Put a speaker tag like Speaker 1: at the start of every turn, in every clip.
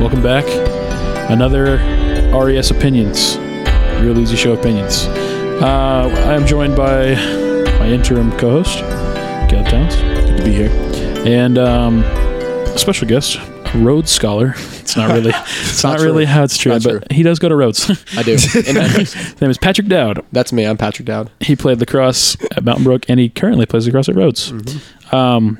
Speaker 1: welcome back. Another RES Opinions, Real Easy Show Opinions. Uh, I'm joined by my interim co host, Caleb Towns. Good to be here. And um, a special guest, Rhodes Scholar. It's not really, it's not,
Speaker 2: not
Speaker 1: really
Speaker 2: true.
Speaker 1: how it's true,
Speaker 2: Not
Speaker 1: but he does go to Rhodes.
Speaker 2: I do. And that-
Speaker 1: His name is Patrick Dowd.
Speaker 2: that's me. I'm Patrick Dowd.
Speaker 1: He played lacrosse at Mountain Brook, and he currently plays lacrosse at Rhodes. Um,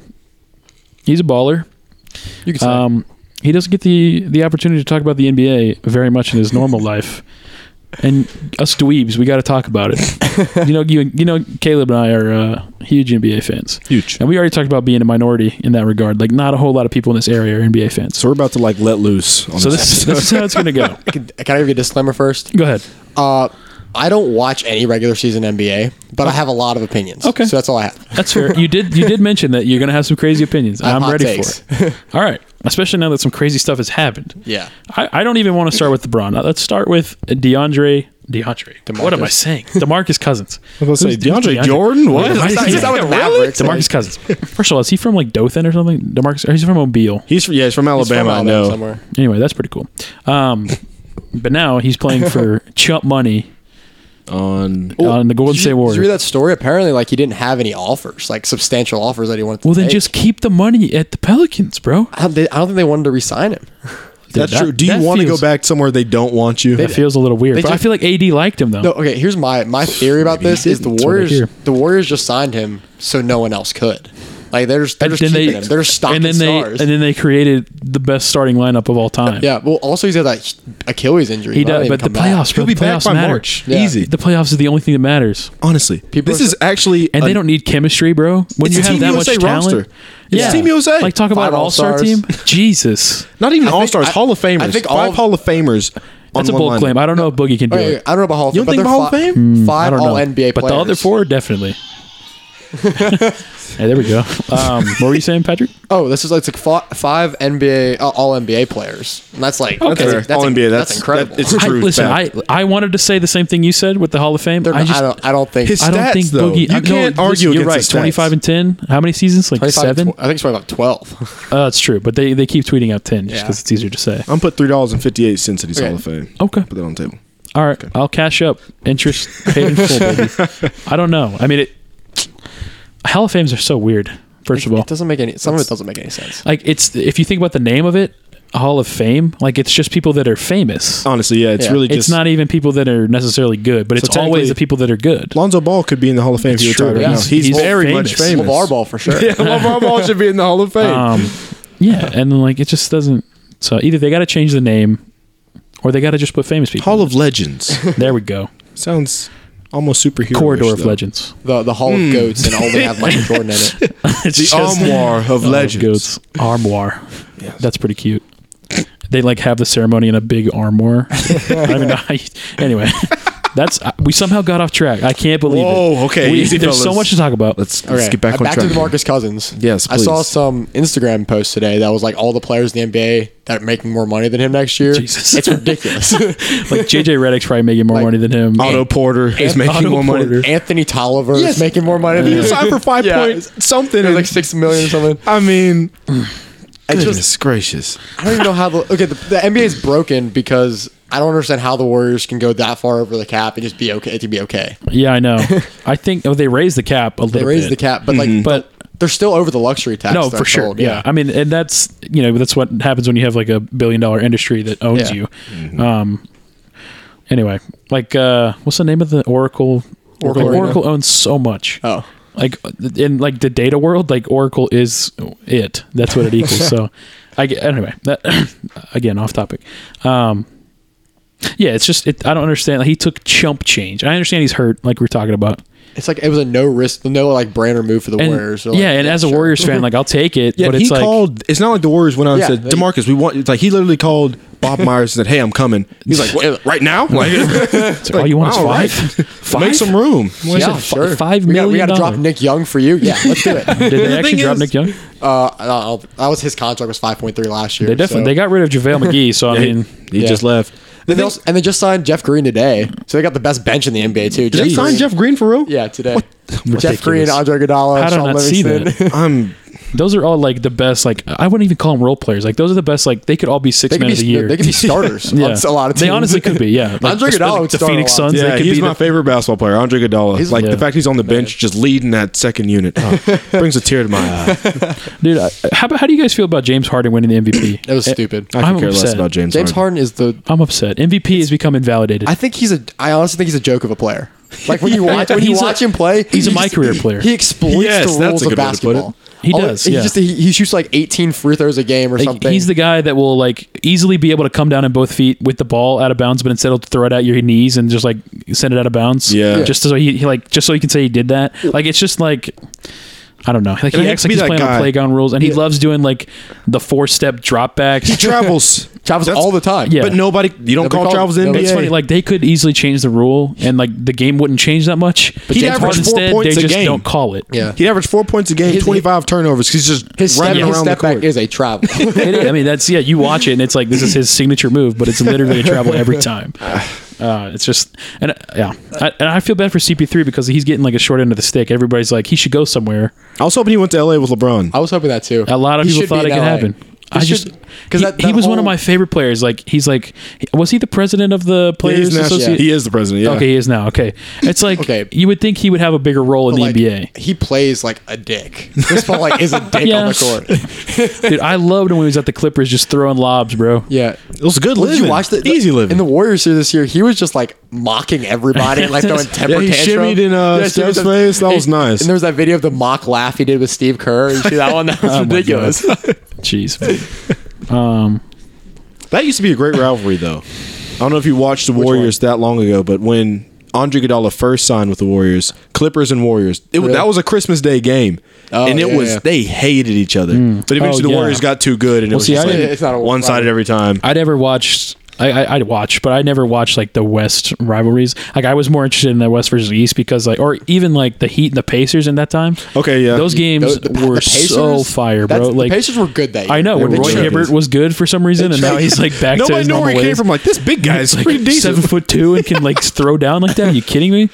Speaker 1: he's a baller.
Speaker 2: Mm-hmm. You can say
Speaker 1: Um, he doesn't get the the opportunity to talk about the NBA very much in his normal life. And us dweebs, we got to talk about it. you know, you you know, Caleb and I are uh, huge NBA fans,
Speaker 3: Huge.
Speaker 1: and we already talked about being a minority in that regard. Like, not a whole lot of people in this area are NBA fans.
Speaker 3: So we're about to like let loose. On
Speaker 1: So this, this is how it's going to go.
Speaker 2: can, can I give you a disclaimer first?
Speaker 1: Go ahead.
Speaker 2: Uh, I don't watch any regular season NBA, but I have a lot of opinions.
Speaker 1: Oh. Okay.
Speaker 2: so that's all I have.
Speaker 1: That's fair. You did you did mention that you're going to have some crazy opinions.
Speaker 2: have
Speaker 1: I'm
Speaker 2: hot
Speaker 1: ready
Speaker 2: takes.
Speaker 1: for it. All right, especially now that some crazy stuff has happened.
Speaker 2: Yeah,
Speaker 1: I, I don't even want to start with LeBron. Uh, Let's start with DeAndre. DeAndre. What am I
Speaker 2: DeMarcus.
Speaker 1: saying? DeMarcus Cousins.
Speaker 3: I was gonna
Speaker 1: Who's-
Speaker 3: say,
Speaker 1: who's
Speaker 3: DeAndre Jordan? What?
Speaker 1: Wait,
Speaker 3: He's
Speaker 2: not- he's not with the
Speaker 1: really?
Speaker 2: Mavericks, eh?
Speaker 1: DeMarcus Cousins. First of all, is he from like Dothan or something? DeMarcus, or he's from Mobile.
Speaker 3: he's from, yeah, he's from
Speaker 2: It's
Speaker 3: Alabama.
Speaker 2: from
Speaker 3: I
Speaker 2: Alabama
Speaker 3: know.
Speaker 2: somewhere.
Speaker 1: Anyway, that's pretty cool. Um, but now he's playing for chump money
Speaker 3: On
Speaker 1: on the Golden
Speaker 2: Did you-
Speaker 1: State
Speaker 2: Did you read
Speaker 1: Warriors.
Speaker 2: that story? Apparently, like he didn't have any offers, like substantial offers that he wanted. To
Speaker 1: Well, then
Speaker 2: take.
Speaker 1: just keep the money at the Pelicans, bro.
Speaker 2: I don't, they, I don't think they wanted to re-sign him.
Speaker 3: that's
Speaker 1: that-
Speaker 3: true. Do you
Speaker 1: that
Speaker 3: want to go
Speaker 1: feels-
Speaker 3: back somewhere they don't want you?
Speaker 1: That feels a little weird.
Speaker 2: They
Speaker 1: But I
Speaker 2: just-
Speaker 1: feel like AD liked him though.
Speaker 2: No, okay. Here's my my theory about
Speaker 3: Maybe he
Speaker 2: this: is the
Speaker 3: didn't. That's what I
Speaker 2: Warriors
Speaker 1: hear.
Speaker 2: the Warriors just signed him so no one else could. Like they're just they're just keeping him. They're just stocking
Speaker 1: and then
Speaker 2: stars.
Speaker 1: they and then they created the best starting lineup of all time.
Speaker 2: yeah. Well, also he's got that Achilles injury.
Speaker 1: he
Speaker 2: might not
Speaker 1: does.
Speaker 2: even
Speaker 1: But the
Speaker 2: come back.
Speaker 1: playoffs, bro,
Speaker 3: He'll be
Speaker 1: the
Speaker 3: back
Speaker 1: playoffs
Speaker 3: by
Speaker 1: matter.
Speaker 3: March.
Speaker 2: Yeah.
Speaker 3: Easy.
Speaker 1: The playoffs is the only thing that matters.
Speaker 3: Honestly, this
Speaker 2: are
Speaker 3: is actually
Speaker 1: and
Speaker 3: a-
Speaker 1: they don't need chemistry, bro. When
Speaker 3: It's
Speaker 1: you have
Speaker 3: Team
Speaker 1: that
Speaker 3: USA
Speaker 1: much talent,
Speaker 3: roster. It's Team USA.
Speaker 1: Like talk about
Speaker 2: Five
Speaker 1: an All Star team.
Speaker 2: All-Stars.
Speaker 1: Jesus,
Speaker 3: not even
Speaker 2: I think-
Speaker 3: all stars,
Speaker 2: I-
Speaker 3: Hall of Famers.
Speaker 2: I think all
Speaker 3: five
Speaker 2: of-
Speaker 3: Hall of Famers.
Speaker 1: that's a
Speaker 3: on one
Speaker 1: bold
Speaker 3: line.
Speaker 1: claim. I don't know if Boogie can do
Speaker 2: Wait, wait,
Speaker 1: it.
Speaker 2: I don't know about Hall of
Speaker 3: You
Speaker 2: Fame.
Speaker 3: don't think
Speaker 2: but
Speaker 3: Hall of
Speaker 2: they're
Speaker 3: Fame?
Speaker 2: fi-
Speaker 1: Hmm, I
Speaker 2: Five
Speaker 1: don't
Speaker 2: All
Speaker 1: know.
Speaker 2: NBA players.
Speaker 1: but the other four definitely. hey, there we go. Um, what were you saying, Patrick?
Speaker 2: Oh, this is like, it's like fi- five NBA uh, All NBA players, and that's like
Speaker 1: Okay.
Speaker 2: that's,
Speaker 3: Fair.
Speaker 2: that's, that's,
Speaker 3: all NBA. That's,
Speaker 2: that's incredible.
Speaker 3: that- it's a
Speaker 1: I,
Speaker 3: true.
Speaker 1: listen,
Speaker 3: fact.
Speaker 1: I I wanted to say the same thing you said with the Hall of Fame.
Speaker 2: They're
Speaker 1: I
Speaker 2: not-
Speaker 1: just.
Speaker 2: I don't I don't think
Speaker 3: His
Speaker 1: I don't
Speaker 3: Stats,
Speaker 1: think
Speaker 3: though.
Speaker 1: Boogie.
Speaker 3: You
Speaker 1: I, no,
Speaker 3: can't
Speaker 1: listen,
Speaker 3: argue
Speaker 1: You're
Speaker 3: against
Speaker 1: right.
Speaker 3: his stats.
Speaker 1: Twenty-five and ten. How many seasons? Like
Speaker 2: 25
Speaker 1: seven.
Speaker 2: I think it's probably about twelve.
Speaker 1: Uh, that's true. But they, they keep tweeting out ten just
Speaker 2: Yeah.
Speaker 1: because it's easier to say.
Speaker 3: I'm put three dollars and fifty eight cents at his
Speaker 2: Okay.
Speaker 3: Hall of Fame.
Speaker 1: Okay.
Speaker 3: Put that on the table.
Speaker 1: All right, I'll cash up interest paid in full, baby. I don't know. I mean, it, Hall of Fames are so weird. First of all,
Speaker 2: it doesn't make any. Some of it doesn't make any sense.
Speaker 1: like it's if you think about the name of it, Hall of Fame, like it's just people that are famous.
Speaker 3: Honestly, yeah, it's
Speaker 2: Yeah.
Speaker 3: really
Speaker 1: it's
Speaker 3: just
Speaker 1: not even people that are necessarily good, but it's always
Speaker 3: technically-
Speaker 1: the people that are good.
Speaker 3: Lonzo Ball could be in the Hall of Fame if
Speaker 1: It's
Speaker 3: you were
Speaker 1: true.
Speaker 3: talking right now.
Speaker 1: He's-
Speaker 3: He's,
Speaker 1: he's
Speaker 3: very
Speaker 1: famous.
Speaker 3: much famous.
Speaker 2: LeVar Ball for sure.
Speaker 3: Yeah, LeVar Ball should be in the Hall of Fame.
Speaker 1: Um, yeah, and then like it just doesn't. So either they got to change the name, or they got to just put famous people.
Speaker 3: Hall of Legends
Speaker 1: there we go.
Speaker 3: sounds almost superhero.
Speaker 1: Corridor of Legends.
Speaker 2: The the Hall
Speaker 1: Hmm.
Speaker 2: of Goats and all they have Michael Jordan in it.
Speaker 1: It's
Speaker 3: The armoire of
Speaker 1: Oh,
Speaker 3: legends.
Speaker 1: Goats armoire. That's pretty cute. They like have the ceremony in a big armoire. I don't even know. How you, anyway, that's uh, we somehow got off track. I can't believe it.
Speaker 3: Whoa, okay,
Speaker 1: We-
Speaker 3: easy,
Speaker 1: there's so
Speaker 3: fellas.
Speaker 1: much to talk about.
Speaker 3: Let's
Speaker 2: Okay, Uh,
Speaker 3: let's get Uh, back on
Speaker 2: back
Speaker 3: track.
Speaker 2: to DeMarcus Cousins.
Speaker 3: Yes,
Speaker 2: I saw
Speaker 3: please.
Speaker 2: some Instagram post today that was like all the players in the NBA that are making more money than him next year.
Speaker 1: Jesus.
Speaker 2: It's ridiculous.
Speaker 1: like JJ Reddick's probably making more
Speaker 2: Like,
Speaker 1: money than him.
Speaker 3: Otto Porter is making
Speaker 1: Otto
Speaker 3: more money.
Speaker 1: Porter.
Speaker 2: Anthony Tolliver is
Speaker 3: Yes.
Speaker 2: making more money than
Speaker 3: He
Speaker 2: him.
Speaker 3: signed for five
Speaker 2: Yeah.
Speaker 3: point something.
Speaker 2: It was
Speaker 3: and-
Speaker 2: like six million or something.
Speaker 3: I mean,
Speaker 2: It's
Speaker 3: goodness
Speaker 2: just
Speaker 3: gracious.
Speaker 2: I don't even know how the okay the, the NBA is broken because I don't understand how the Warriors can go that far over the cap and just be okay to be okay.
Speaker 1: yeah, I know. I think oh, they raised the cap a little.
Speaker 2: They raise
Speaker 1: bit.
Speaker 2: the cap, but like
Speaker 1: but
Speaker 2: they're still over the luxury tax.
Speaker 1: no, for sure.
Speaker 2: threshold,
Speaker 1: Yeah. I mean, and that's you know that's what happens when you have like a billion dollar industry that owns
Speaker 2: Yeah. Mm-hmm.
Speaker 1: you. Um. Anyway, like uh, what's the name of the Oracle?
Speaker 2: Oracle
Speaker 1: Oracle,
Speaker 2: Arena.
Speaker 1: Oracle owns so much.
Speaker 2: Oh,
Speaker 1: like in like the data world like oracle is it that's what it equals so i get- anyway that again off topic um yeah it's just it, i don't understand like, he took chump change i understand he's hurt like we are talking about
Speaker 2: it's like it was a no risk, no like brainer move for the
Speaker 1: and
Speaker 2: Warriors. They're like,
Speaker 1: yeah and as a
Speaker 2: sure.
Speaker 1: warriors fan like i'll take it
Speaker 3: Yeah,
Speaker 1: but
Speaker 3: he
Speaker 1: it's like
Speaker 3: called. It's not like the Warriors went out
Speaker 2: Yeah,
Speaker 3: and said,
Speaker 2: they-
Speaker 3: "Demarcus, we want." It's like he literally called Bob Myers and said, "Hey, I'm coming." He's like, what, "Right now, like,
Speaker 1: it's like, all you want
Speaker 3: wow,
Speaker 1: is five five
Speaker 3: make some room."
Speaker 2: Yeah,
Speaker 1: Fi-
Speaker 2: sure.
Speaker 1: five
Speaker 2: we got, we
Speaker 1: million
Speaker 2: got to drop
Speaker 1: dollars.
Speaker 2: Nick Young for you. Yeah, let's do it.
Speaker 1: did they actually
Speaker 3: thing
Speaker 1: drop
Speaker 3: is-
Speaker 1: nick young
Speaker 2: Uh, I don't know. that was his contract was five point three last year.
Speaker 1: they definitely
Speaker 2: so-
Speaker 1: they got rid of javale mcgee so i mean
Speaker 3: he
Speaker 2: Yeah.
Speaker 3: just left.
Speaker 2: And they, also, and they just signed Jeff Green today, so they got the best bench in the NBA too.
Speaker 3: Did they sign Jeff Green for real?
Speaker 2: Yeah, today. Jeff
Speaker 1: Ridiculous.
Speaker 2: Green, Andre Iguodala,
Speaker 1: How did I
Speaker 2: Sean
Speaker 1: not see
Speaker 2: Livingston.
Speaker 1: that?
Speaker 3: I'm
Speaker 1: Those are all like the best. Like I wouldn't even call them role players. Like those are the best. Like they could all be six
Speaker 2: They could,
Speaker 1: men of the
Speaker 2: be,
Speaker 1: year.
Speaker 2: they could be starters on s- a lot of teams.
Speaker 1: They honestly could be. Yeah, like,
Speaker 2: Andre Iguodala would
Speaker 1: the
Speaker 2: start a
Speaker 1: Phoenix
Speaker 2: lot.
Speaker 1: Suns.
Speaker 3: Yeah,
Speaker 1: they could
Speaker 3: he's
Speaker 1: be
Speaker 3: my
Speaker 1: the-
Speaker 3: favorite basketball player, Andre Iguodala.
Speaker 2: He's-
Speaker 3: like
Speaker 1: Yeah.
Speaker 3: the fact he's on the bench just leading that second unit oh, brings a tear to my eye.
Speaker 1: dude. I, how about- how do you guys feel about James Harden winning the MVP?
Speaker 2: That was stupid.
Speaker 3: I
Speaker 1: I'm
Speaker 3: could care less
Speaker 1: upset.
Speaker 3: about James.
Speaker 2: James
Speaker 3: Harden.
Speaker 2: Harden is the.
Speaker 1: Eh, I'm upset. MVP has become invalidated.
Speaker 2: I think he's a. I honestly think he's a joke of a player. Like when you watch when you
Speaker 1: He's a-
Speaker 2: watch him play,
Speaker 1: he's a
Speaker 2: he
Speaker 1: my
Speaker 2: just-
Speaker 1: career player.
Speaker 2: He exploits
Speaker 3: Yes,
Speaker 2: the
Speaker 3: that's
Speaker 2: rules
Speaker 3: a
Speaker 2: of
Speaker 3: good way to put
Speaker 2: basketball.
Speaker 1: it. He
Speaker 2: All-
Speaker 1: does,
Speaker 2: He
Speaker 1: yeah.
Speaker 2: just he, he shoots like 18 free throws a game or
Speaker 1: Like,
Speaker 2: something.
Speaker 1: he's the guy that will like easily be able to come down on both feet with the ball out of bounds, but instead he'll throw it at your knees and just like send it out of bounds.
Speaker 3: Yeah.
Speaker 1: just so he, he, like just so he can say he did that. Like it's just like I don't know. Like
Speaker 3: And
Speaker 1: he
Speaker 3: I
Speaker 1: acts like
Speaker 3: hate to be
Speaker 1: he's
Speaker 3: that
Speaker 1: playing on
Speaker 3: guy.
Speaker 1: playground rules, and he loves doing like the four step drop back.
Speaker 3: He travels,
Speaker 2: travels
Speaker 3: That's-
Speaker 2: all the time.
Speaker 1: Yeah.
Speaker 3: but nobody. You don't
Speaker 2: Nobody
Speaker 3: call
Speaker 2: calls-
Speaker 3: travels in.
Speaker 2: nobody-
Speaker 1: It's
Speaker 3: NBA.
Speaker 1: funny, like they could easily change the rule, and like the game wouldn't change that much. But
Speaker 3: He'd
Speaker 1: James
Speaker 3: average
Speaker 1: Harden
Speaker 3: four
Speaker 1: instead, they
Speaker 3: points a
Speaker 1: just
Speaker 3: game.
Speaker 1: don't call it.
Speaker 2: Yeah.
Speaker 3: he averaged four points a game,
Speaker 2: His-
Speaker 3: twenty five turnovers. 'cause He's just
Speaker 2: His step,
Speaker 3: running
Speaker 2: his
Speaker 3: around
Speaker 2: step
Speaker 3: the
Speaker 2: back
Speaker 3: court.
Speaker 2: is a travel.
Speaker 1: It is. I mean, that's yeah. You watch it, and it's like this is his signature move, but it's literally a travel every time. Uh, it's just and uh, yeah, I, and I feel bad for CP3 because he's getting like a short end of the stick. Everybody's like, he should go somewhere.
Speaker 3: I was hoping he went to LA with LeBron.
Speaker 2: I was hoping that too.
Speaker 1: A lot of
Speaker 2: He
Speaker 1: people
Speaker 2: should be
Speaker 1: thought it
Speaker 2: in
Speaker 1: could
Speaker 2: LA.
Speaker 1: happen. I
Speaker 2: He should-
Speaker 1: just
Speaker 2: 'cause
Speaker 1: he,
Speaker 2: that-
Speaker 1: he
Speaker 2: that
Speaker 1: was one of
Speaker 2: whole-
Speaker 1: my favorite players. Like he's like was he the president of the
Speaker 3: He
Speaker 1: players
Speaker 3: is, national-
Speaker 1: association?
Speaker 3: he is the president. Yeah.
Speaker 1: Okay, he is now. Okay, it's like
Speaker 2: Okay.
Speaker 1: you would think he would have a bigger role in the
Speaker 2: like,
Speaker 1: NBA.
Speaker 2: He plays like a dick. Chris Paul like is a dick on
Speaker 1: Yeah.
Speaker 2: the court.
Speaker 1: Dude, I loved when he was at the Clippers just throwing lobs, bro.
Speaker 2: Yeah.
Speaker 3: It was good
Speaker 2: Well,
Speaker 3: living.
Speaker 2: did you watch the the-
Speaker 3: easy living.
Speaker 2: in the Warriors series this year? He was just like mocking everybody, and, like throwing temper
Speaker 3: Yeah, he
Speaker 2: tantrum.
Speaker 3: shimmied in, uh, Steph's
Speaker 2: shimmied-
Speaker 3: face. That
Speaker 2: and-
Speaker 3: was nice.
Speaker 2: And there was that video of the mock laugh he did with Steve Kerr. You see that one? That was
Speaker 1: Oh
Speaker 2: ridiculous.
Speaker 1: Jeez. man. Um,
Speaker 3: That used to be a great rivalry, though. I don't know if you watched the Warriors that long ago, but when Andre Iguodala first signed with the Warriors, Clippers and Warriors, it, was
Speaker 2: Really?
Speaker 3: that was a Christmas Day game,
Speaker 2: Oh,
Speaker 3: and it
Speaker 2: yeah,
Speaker 3: was
Speaker 2: yeah.
Speaker 3: they hated each other. But eventually,
Speaker 1: Oh,
Speaker 3: the
Speaker 1: yeah.
Speaker 3: Warriors got too good, and it was
Speaker 1: see,
Speaker 3: just
Speaker 1: I
Speaker 3: like
Speaker 1: didn't-
Speaker 2: it's not a-
Speaker 3: one sided every time.
Speaker 1: I never watched. I, I I'd watch, but I never watched like the West rivalries. Like I was more interested in the West versus East because like, or even like the Heat and the Pacers in that time.
Speaker 3: Okay, yeah.
Speaker 1: those games
Speaker 2: Those- the- the
Speaker 1: were
Speaker 2: Pacers-
Speaker 1: so fire, bro.
Speaker 2: that's- the
Speaker 1: Like
Speaker 2: Pacers were good that year.
Speaker 1: I know
Speaker 2: They
Speaker 1: when
Speaker 2: were
Speaker 1: Roy
Speaker 2: good.
Speaker 1: Hibbert was good for some reason, and now he's like back to
Speaker 3: Nobody
Speaker 1: his
Speaker 3: knew
Speaker 1: normal
Speaker 3: where he
Speaker 1: ways.
Speaker 3: came from. Like this big guy is
Speaker 1: Like,
Speaker 3: pretty decent.
Speaker 1: seven foot two and can like throw down like that. Are you kidding me?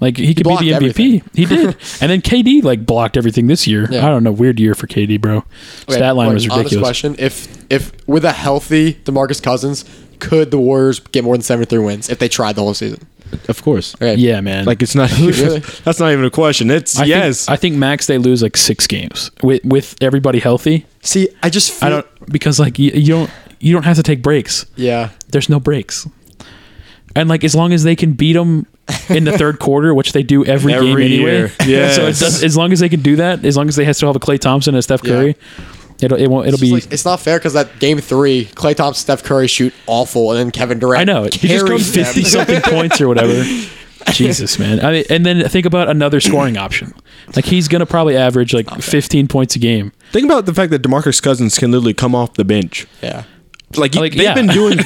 Speaker 1: Like he could be
Speaker 2: blocked
Speaker 1: the MVP.
Speaker 2: everything.
Speaker 1: He did, and then KD like blocked everything this year.
Speaker 2: Yeah.
Speaker 1: I don't know, weird year for KD, bro.
Speaker 2: Okay,
Speaker 1: Stat line
Speaker 2: like,
Speaker 1: was
Speaker 2: honest
Speaker 1: ridiculous.
Speaker 2: question: If if with a healthy DeMarcus Cousins, could the Warriors get more than seventy three wins if they tried the whole season?
Speaker 3: Of course.
Speaker 2: Okay.
Speaker 1: Yeah, man.
Speaker 3: Like it's not.
Speaker 2: Really?
Speaker 3: That's not even a question. It's
Speaker 1: I
Speaker 3: yes.
Speaker 1: think, I think max they lose like six games with with everybody healthy.
Speaker 2: See, I just feel,
Speaker 1: I don't because like you, you don't you don't have to take breaks.
Speaker 2: Yeah,
Speaker 1: There's no breaks, and like as long as they can beat them in the third quarter, which they do every, game
Speaker 3: Every
Speaker 1: anyway.
Speaker 3: year.
Speaker 1: so it
Speaker 3: Yes.
Speaker 1: does, as long as they can do that, as long as they still have a Clay Thompson and a Steph Curry, it'll it won't it'll
Speaker 2: It's just
Speaker 1: be.
Speaker 2: like- it's not fair because that game three, Clay Thompson, Steph Curry shoot awful, and then Kevin Durant.
Speaker 1: I know. It
Speaker 2: carries
Speaker 1: just goes
Speaker 2: them.
Speaker 1: 50 something points or whatever. Jesus, man. I mean, and then think about another scoring option. Like, he's going to probably average like 15 points a game.
Speaker 3: Think about the fact that Demarcus Cousins can literally come off the bench.
Speaker 2: Yeah,
Speaker 3: Like, you-
Speaker 1: Like,
Speaker 3: they've
Speaker 1: yeah.
Speaker 3: been doing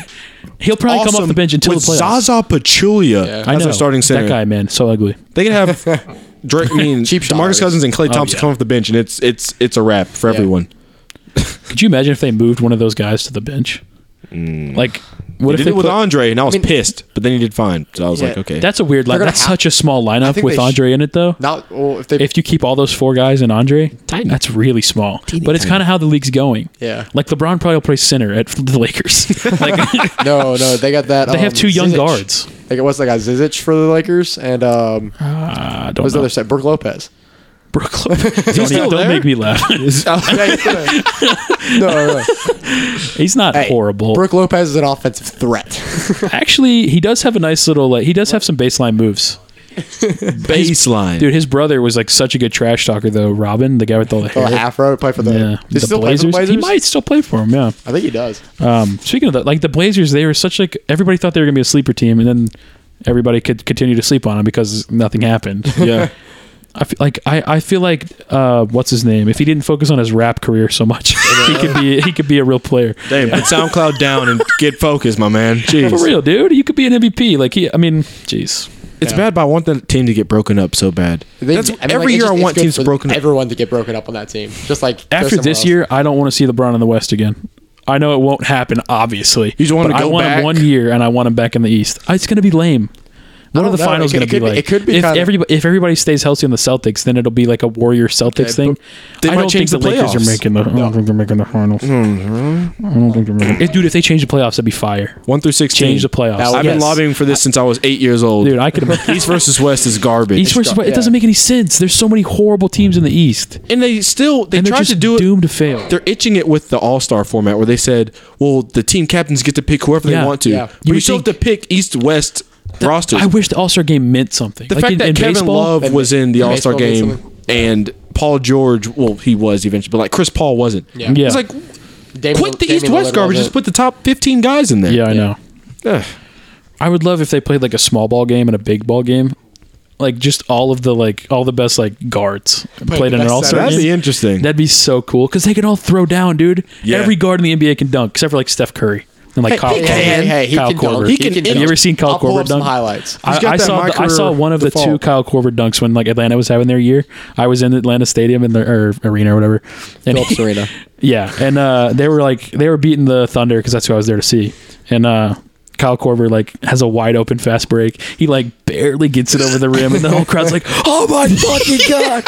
Speaker 1: He'll probably come off
Speaker 3: awesome
Speaker 1: the bench until the
Speaker 3: with
Speaker 1: playoffs.
Speaker 3: Zaza Pachulia
Speaker 2: Yeah.
Speaker 1: I
Speaker 3: as
Speaker 1: know.
Speaker 3: a starting center.
Speaker 1: That guy, man, so ugly.
Speaker 3: They could have Drake, I mean,
Speaker 2: Cheap shot
Speaker 3: Demarcus
Speaker 2: artist.
Speaker 3: Cousins and Clay
Speaker 1: Oh,
Speaker 3: Thompson
Speaker 1: yeah.
Speaker 3: come off the bench, and it's it's it's a wrap for everyone.
Speaker 1: Could you imagine if they moved one of those guys to the bench? Like, what if
Speaker 3: He Mm. did
Speaker 1: they
Speaker 3: it with
Speaker 1: put-
Speaker 3: Andre, and I was
Speaker 2: mean-
Speaker 3: pissed, but then he did fine. So I was
Speaker 2: Yeah.
Speaker 3: like, okay,
Speaker 1: That's a weird lineup.
Speaker 2: gonna
Speaker 1: That's
Speaker 2: have-
Speaker 1: such a small
Speaker 2: I
Speaker 1: lineup
Speaker 2: think
Speaker 1: with
Speaker 2: they sh-
Speaker 1: Andre in it, though.
Speaker 2: not well if they.
Speaker 1: If you keep all those four guys and Andre, that's really small. but it's kind of how the league's going.
Speaker 2: Yeah.
Speaker 1: Like LeBron probably will play center at the Lakers. like
Speaker 2: no, no, they got that.
Speaker 1: They have
Speaker 2: um,
Speaker 1: two young
Speaker 2: Zizic.
Speaker 1: guards.
Speaker 2: They got what's that guy Zizic for the Lakers, and um, what
Speaker 1: I don't
Speaker 2: was the
Speaker 1: know.
Speaker 2: other side? Brooke Lopez.
Speaker 1: Brook Lopez. Don't,
Speaker 3: still
Speaker 1: don't
Speaker 3: there? Oh.
Speaker 1: make me laugh.
Speaker 2: Yeah, he's gonna- no, no,
Speaker 1: He's not
Speaker 2: Hey,
Speaker 1: horrible.
Speaker 2: Brooke Lopez is an offensive threat.
Speaker 1: Actually, he does have a nice little like he does have some baseline moves.
Speaker 3: baseline.
Speaker 1: Dude, his brother was like such a good trash talker though, Robin, the guy with all the
Speaker 2: Oh,
Speaker 1: hair.
Speaker 2: Afro play for the.
Speaker 1: yeah.
Speaker 2: Yeah. He
Speaker 1: the
Speaker 2: still
Speaker 1: Blazers.
Speaker 2: Blazers? Play for the
Speaker 1: He
Speaker 2: Blazers?
Speaker 1: might still play for him, yeah.
Speaker 2: I think he does.
Speaker 1: Um, speaking of that, like the Blazers, they were such like everybody thought they were gonna be a sleeper team, and then everybody could continue to sleep on them because nothing happened.
Speaker 3: yeah,
Speaker 1: I feel like I, I feel like uh, what's his name? If he didn't focus on his rap career so much, he could be he could be a real player.
Speaker 3: damn, put SoundCloud down and get focused, my man. Jeez,
Speaker 1: For real, dude, you could be an MVP. Like he, I mean, jeez.
Speaker 3: it's
Speaker 2: Yeah.
Speaker 3: bad, but I want that team to get broken up so bad.
Speaker 2: They-
Speaker 3: That's
Speaker 2: I mean, like,
Speaker 3: every
Speaker 2: it's
Speaker 3: year
Speaker 2: just-
Speaker 3: I
Speaker 2: it's
Speaker 3: want
Speaker 2: good
Speaker 3: teams
Speaker 2: for
Speaker 3: broken up.
Speaker 2: Everyone to get broken up on that team, just like go
Speaker 1: After
Speaker 2: somewhere
Speaker 1: this
Speaker 2: else.
Speaker 1: year, I don't want to see LeBron in the West again. I know it won't happen, obviously.
Speaker 3: You just want him
Speaker 1: But
Speaker 3: to
Speaker 1: I
Speaker 3: go
Speaker 1: want him
Speaker 3: back?
Speaker 1: one year, and I want him back in the East. It's gonna Uh, be lame. What are
Speaker 2: don't
Speaker 1: the
Speaker 2: know.
Speaker 1: finals
Speaker 2: It could-
Speaker 1: going to
Speaker 2: it
Speaker 1: be
Speaker 2: could be-
Speaker 1: like?
Speaker 2: it could be
Speaker 1: if
Speaker 2: kinda-
Speaker 1: everybody if everybody stays healthy on the Celtics, then it'll be like a Warrior Celtics thing.
Speaker 3: they
Speaker 1: I
Speaker 3: might
Speaker 1: don't
Speaker 3: change
Speaker 1: think
Speaker 3: the
Speaker 1: Lakers
Speaker 3: playoffs. Hmm,
Speaker 1: are making the. I don't think they're making the finals. I don't think they're making. Dude, if they change the playoffs, that'd be fire.
Speaker 3: One through sixteen.
Speaker 1: Change the playoffs.
Speaker 2: That would-
Speaker 3: I've been
Speaker 2: Yes.
Speaker 3: lobbying for this since I was eight years old.
Speaker 1: Dude, I could.
Speaker 3: East versus West is garbage.
Speaker 1: East versus West. It
Speaker 2: yeah.
Speaker 1: doesn't make any sense. There's so many horrible teams in the East,
Speaker 3: and they still they
Speaker 1: and they're
Speaker 3: tried
Speaker 1: just
Speaker 3: to do it.
Speaker 1: doomed to fail.
Speaker 3: They're itching it with the All Star format, where they said, "Well, the team captains get to pick whoever
Speaker 1: Yeah.
Speaker 3: they want to."
Speaker 2: Yeah.
Speaker 3: But you,
Speaker 1: would
Speaker 3: still have to
Speaker 1: think-
Speaker 3: pick East West rosters.
Speaker 1: I wish the All Star game meant something.
Speaker 3: the
Speaker 1: like
Speaker 3: fact
Speaker 1: in,
Speaker 3: that
Speaker 1: in
Speaker 3: Kevin
Speaker 1: baseball,
Speaker 3: Love was in the
Speaker 2: in
Speaker 3: All Star
Speaker 2: baseball means
Speaker 3: game and Paul George, well, he was eventually, but like Chris Paul wasn't.
Speaker 2: Yeah.
Speaker 1: Yeah.
Speaker 3: it's like
Speaker 2: Damian-
Speaker 3: quit the
Speaker 2: Damian
Speaker 3: East West
Speaker 2: Lillard
Speaker 3: garbage.
Speaker 2: wasn't-
Speaker 3: Just put the top fifteen guys in there.
Speaker 1: Yeah, I know.
Speaker 3: Ugh.
Speaker 1: I would love if they played like a small ball game and a big ball game. Like just all of the like all the best like guards played
Speaker 2: the
Speaker 1: in an
Speaker 2: best
Speaker 1: all star
Speaker 2: centers.
Speaker 3: That'd be
Speaker 1: game.
Speaker 3: interesting.
Speaker 1: That'd be so cool because they can all throw down, dude.
Speaker 3: Yeah.
Speaker 1: Every guard in the NBA can dunk except for like Steph Curry and like Kyle.
Speaker 2: Hey,
Speaker 1: Korver.
Speaker 2: hey, hey, he
Speaker 1: Kyle
Speaker 2: can dunk.
Speaker 1: Korver.
Speaker 3: He can-
Speaker 1: Have you ever seen Kyle
Speaker 2: I'll pull
Speaker 1: Korver
Speaker 2: up some
Speaker 1: dunk?
Speaker 2: highlights.
Speaker 1: I,
Speaker 3: He's got
Speaker 1: I
Speaker 3: that
Speaker 1: saw
Speaker 3: my
Speaker 1: the, I saw
Speaker 3: career
Speaker 1: one of the
Speaker 3: default.
Speaker 1: two Kyle Korver dunks when like Atlanta was having their year. I was in Atlanta Stadium in the or arena or whatever. And
Speaker 2: Phillips Arena.
Speaker 1: yeah, and uh, they were like they were beating the Thunder because that's who I was there to see. And uh, Kyle Korver like has a wide open fast break. He like barely gets it over the rim, and the whole crowd's like, "Oh my fucking god,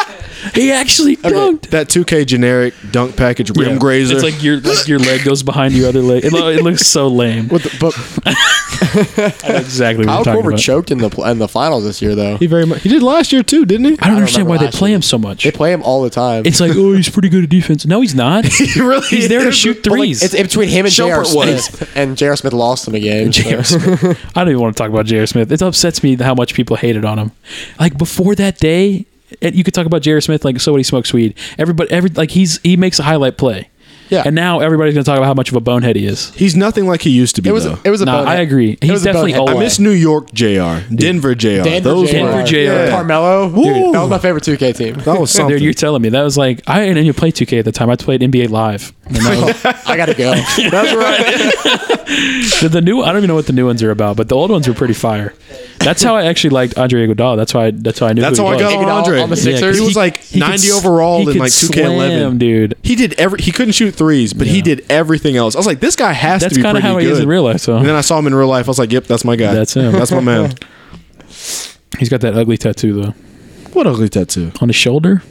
Speaker 1: he actually dunked!"
Speaker 3: That 2K generic dunk package rim
Speaker 1: Yeah.
Speaker 3: grazer.
Speaker 1: It's like your like your leg goes behind your other leg. It, lo- it looks so lame.
Speaker 2: But the- but
Speaker 1: I know exactly what
Speaker 2: Kyle
Speaker 1: you're talking
Speaker 2: Korver
Speaker 1: about.
Speaker 2: choked in the pl- in the finals this year though.
Speaker 3: he very much. He did last year too, didn't he?
Speaker 1: I don't understand
Speaker 2: remember
Speaker 1: why they
Speaker 2: last
Speaker 1: play
Speaker 2: year.
Speaker 1: him so much.
Speaker 2: They play him all the time.
Speaker 1: It's like, oh, he's pretty good at defense. No, he's not.
Speaker 3: He really
Speaker 1: He's there to shoot
Speaker 2: But, like,
Speaker 1: threes.
Speaker 2: it's in between him and J.R.
Speaker 3: Shumpert was.
Speaker 2: Smith, and J.R. Smith lost him a game. so.
Speaker 1: J.R. Smith. I don't even want to talk about J.R. Smith. It upsets me how much people hated on him. Like before that day, and you could talk about J.R. Smith like so what he smokes weed. Everybody, every like he's he makes a highlight play.
Speaker 2: Yeah.
Speaker 1: And now everybody's gonna talk about how much of a bonehead he is.
Speaker 3: He's nothing like he used to be.
Speaker 2: It was
Speaker 3: though.
Speaker 2: it was a
Speaker 1: Nah,
Speaker 2: bonehead.
Speaker 1: I agree.
Speaker 2: It
Speaker 1: He's
Speaker 2: was a
Speaker 1: definitely
Speaker 2: bonehead
Speaker 1: old.
Speaker 3: I
Speaker 2: play.
Speaker 3: miss New York JR, Denver JR.
Speaker 2: Denver
Speaker 3: Those
Speaker 2: J.R.
Speaker 3: were
Speaker 1: Denver J.R.
Speaker 2: Yeah.
Speaker 1: Yeah.
Speaker 2: Carmelo.
Speaker 3: Dude.
Speaker 2: That was my favorite 2K team.
Speaker 3: that was something.
Speaker 1: Dude, you're telling me that was like I didn't even play 2K at the time. I played NBA Live. And that was-
Speaker 2: I gotta go.
Speaker 3: That's right.
Speaker 1: the, the new I don't even know what the new ones are about, but the old ones were pretty fire. That's how I actually liked Andre Iguodala. That's why I, that's how I knew.
Speaker 3: That's
Speaker 1: who
Speaker 3: how
Speaker 1: he
Speaker 3: I
Speaker 1: was.
Speaker 3: got
Speaker 2: Iguodala
Speaker 3: on Andre.
Speaker 2: on the
Speaker 1: Yeah, 'cause
Speaker 2: Sixers.
Speaker 3: he was like
Speaker 1: could
Speaker 3: 90
Speaker 1: s-
Speaker 3: overall
Speaker 1: he
Speaker 3: in,
Speaker 1: could
Speaker 3: like, 2K11.
Speaker 1: slam, dude.
Speaker 3: He did every. He couldn't shoot threes, but he
Speaker 1: Yeah.
Speaker 3: did everything else. I was like, this guy has
Speaker 1: That's
Speaker 3: to be
Speaker 1: kinda
Speaker 3: pretty
Speaker 1: how
Speaker 3: good.
Speaker 1: he is in real life, so.
Speaker 3: and then I saw him in real life. I was like, yep, that's my guy.
Speaker 1: That's him.
Speaker 3: That's my man.
Speaker 1: He's got that ugly tattoo though.
Speaker 3: what ugly tattoo?
Speaker 1: on his shoulder.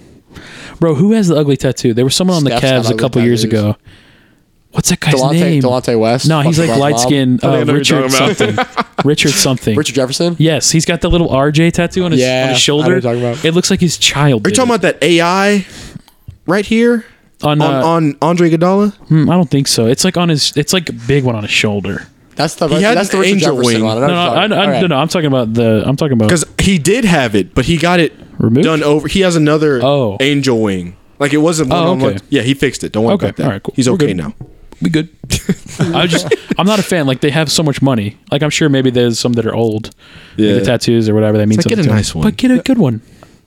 Speaker 1: Bro, who has the ugly tattoo? There was someone on the
Speaker 2: Steph's got
Speaker 1: Cavs a
Speaker 2: ugly
Speaker 1: couple years
Speaker 2: tattoos.
Speaker 1: ago. What's that guy's
Speaker 2: Delonte,
Speaker 1: name?
Speaker 2: Delonte West.
Speaker 1: no, he's
Speaker 2: fucking
Speaker 1: like
Speaker 2: Rob
Speaker 1: light
Speaker 2: Lob.
Speaker 1: skinned
Speaker 3: I
Speaker 1: uh,
Speaker 3: think I know who you're
Speaker 1: Richard something. Richard something.
Speaker 2: Richard Jefferson.
Speaker 1: Yes, he's got the little RJ tattoo on his
Speaker 2: Yeah,
Speaker 1: on his
Speaker 2: I
Speaker 1: shoulder.
Speaker 2: know what you're talking about.
Speaker 1: It looks like his child.
Speaker 3: Are you talking about that AI right here
Speaker 1: on?
Speaker 3: on
Speaker 1: uh,
Speaker 3: on Andre Iguodala?
Speaker 1: hmm, I don't think so. It's like on his. It's like a big one on his shoulder.
Speaker 2: That's the
Speaker 3: He had
Speaker 2: that's the
Speaker 3: an
Speaker 2: Richard
Speaker 3: angel
Speaker 2: Jefferson
Speaker 3: wing.
Speaker 2: one. I
Speaker 1: No,
Speaker 2: know
Speaker 1: no, I,
Speaker 2: what you're talking
Speaker 1: I,
Speaker 2: about. All
Speaker 1: no,
Speaker 2: right.
Speaker 1: no. I'm talking about the. I'm talking about
Speaker 3: Because he did have it, but he got it
Speaker 1: Removed?
Speaker 3: done over. He has another
Speaker 1: Oh.
Speaker 3: angel wing. Like it wasn't one
Speaker 1: Oh,
Speaker 3: on one.
Speaker 1: okay.
Speaker 3: Yeah, he fixed it. Don't worry
Speaker 1: Okay,
Speaker 3: about that.
Speaker 1: all right, cool.
Speaker 3: He's
Speaker 1: We're
Speaker 3: okay
Speaker 1: good.
Speaker 3: now.
Speaker 1: be good. I just. I'm not a fan. Like they have so much money. Like I'm sure maybe there's some that are old. Yeah.
Speaker 3: Yeah.
Speaker 1: the tattoos or whatever that means.
Speaker 3: like, get
Speaker 1: something
Speaker 3: a
Speaker 1: to 'em.
Speaker 3: nice one.
Speaker 1: But get a good one.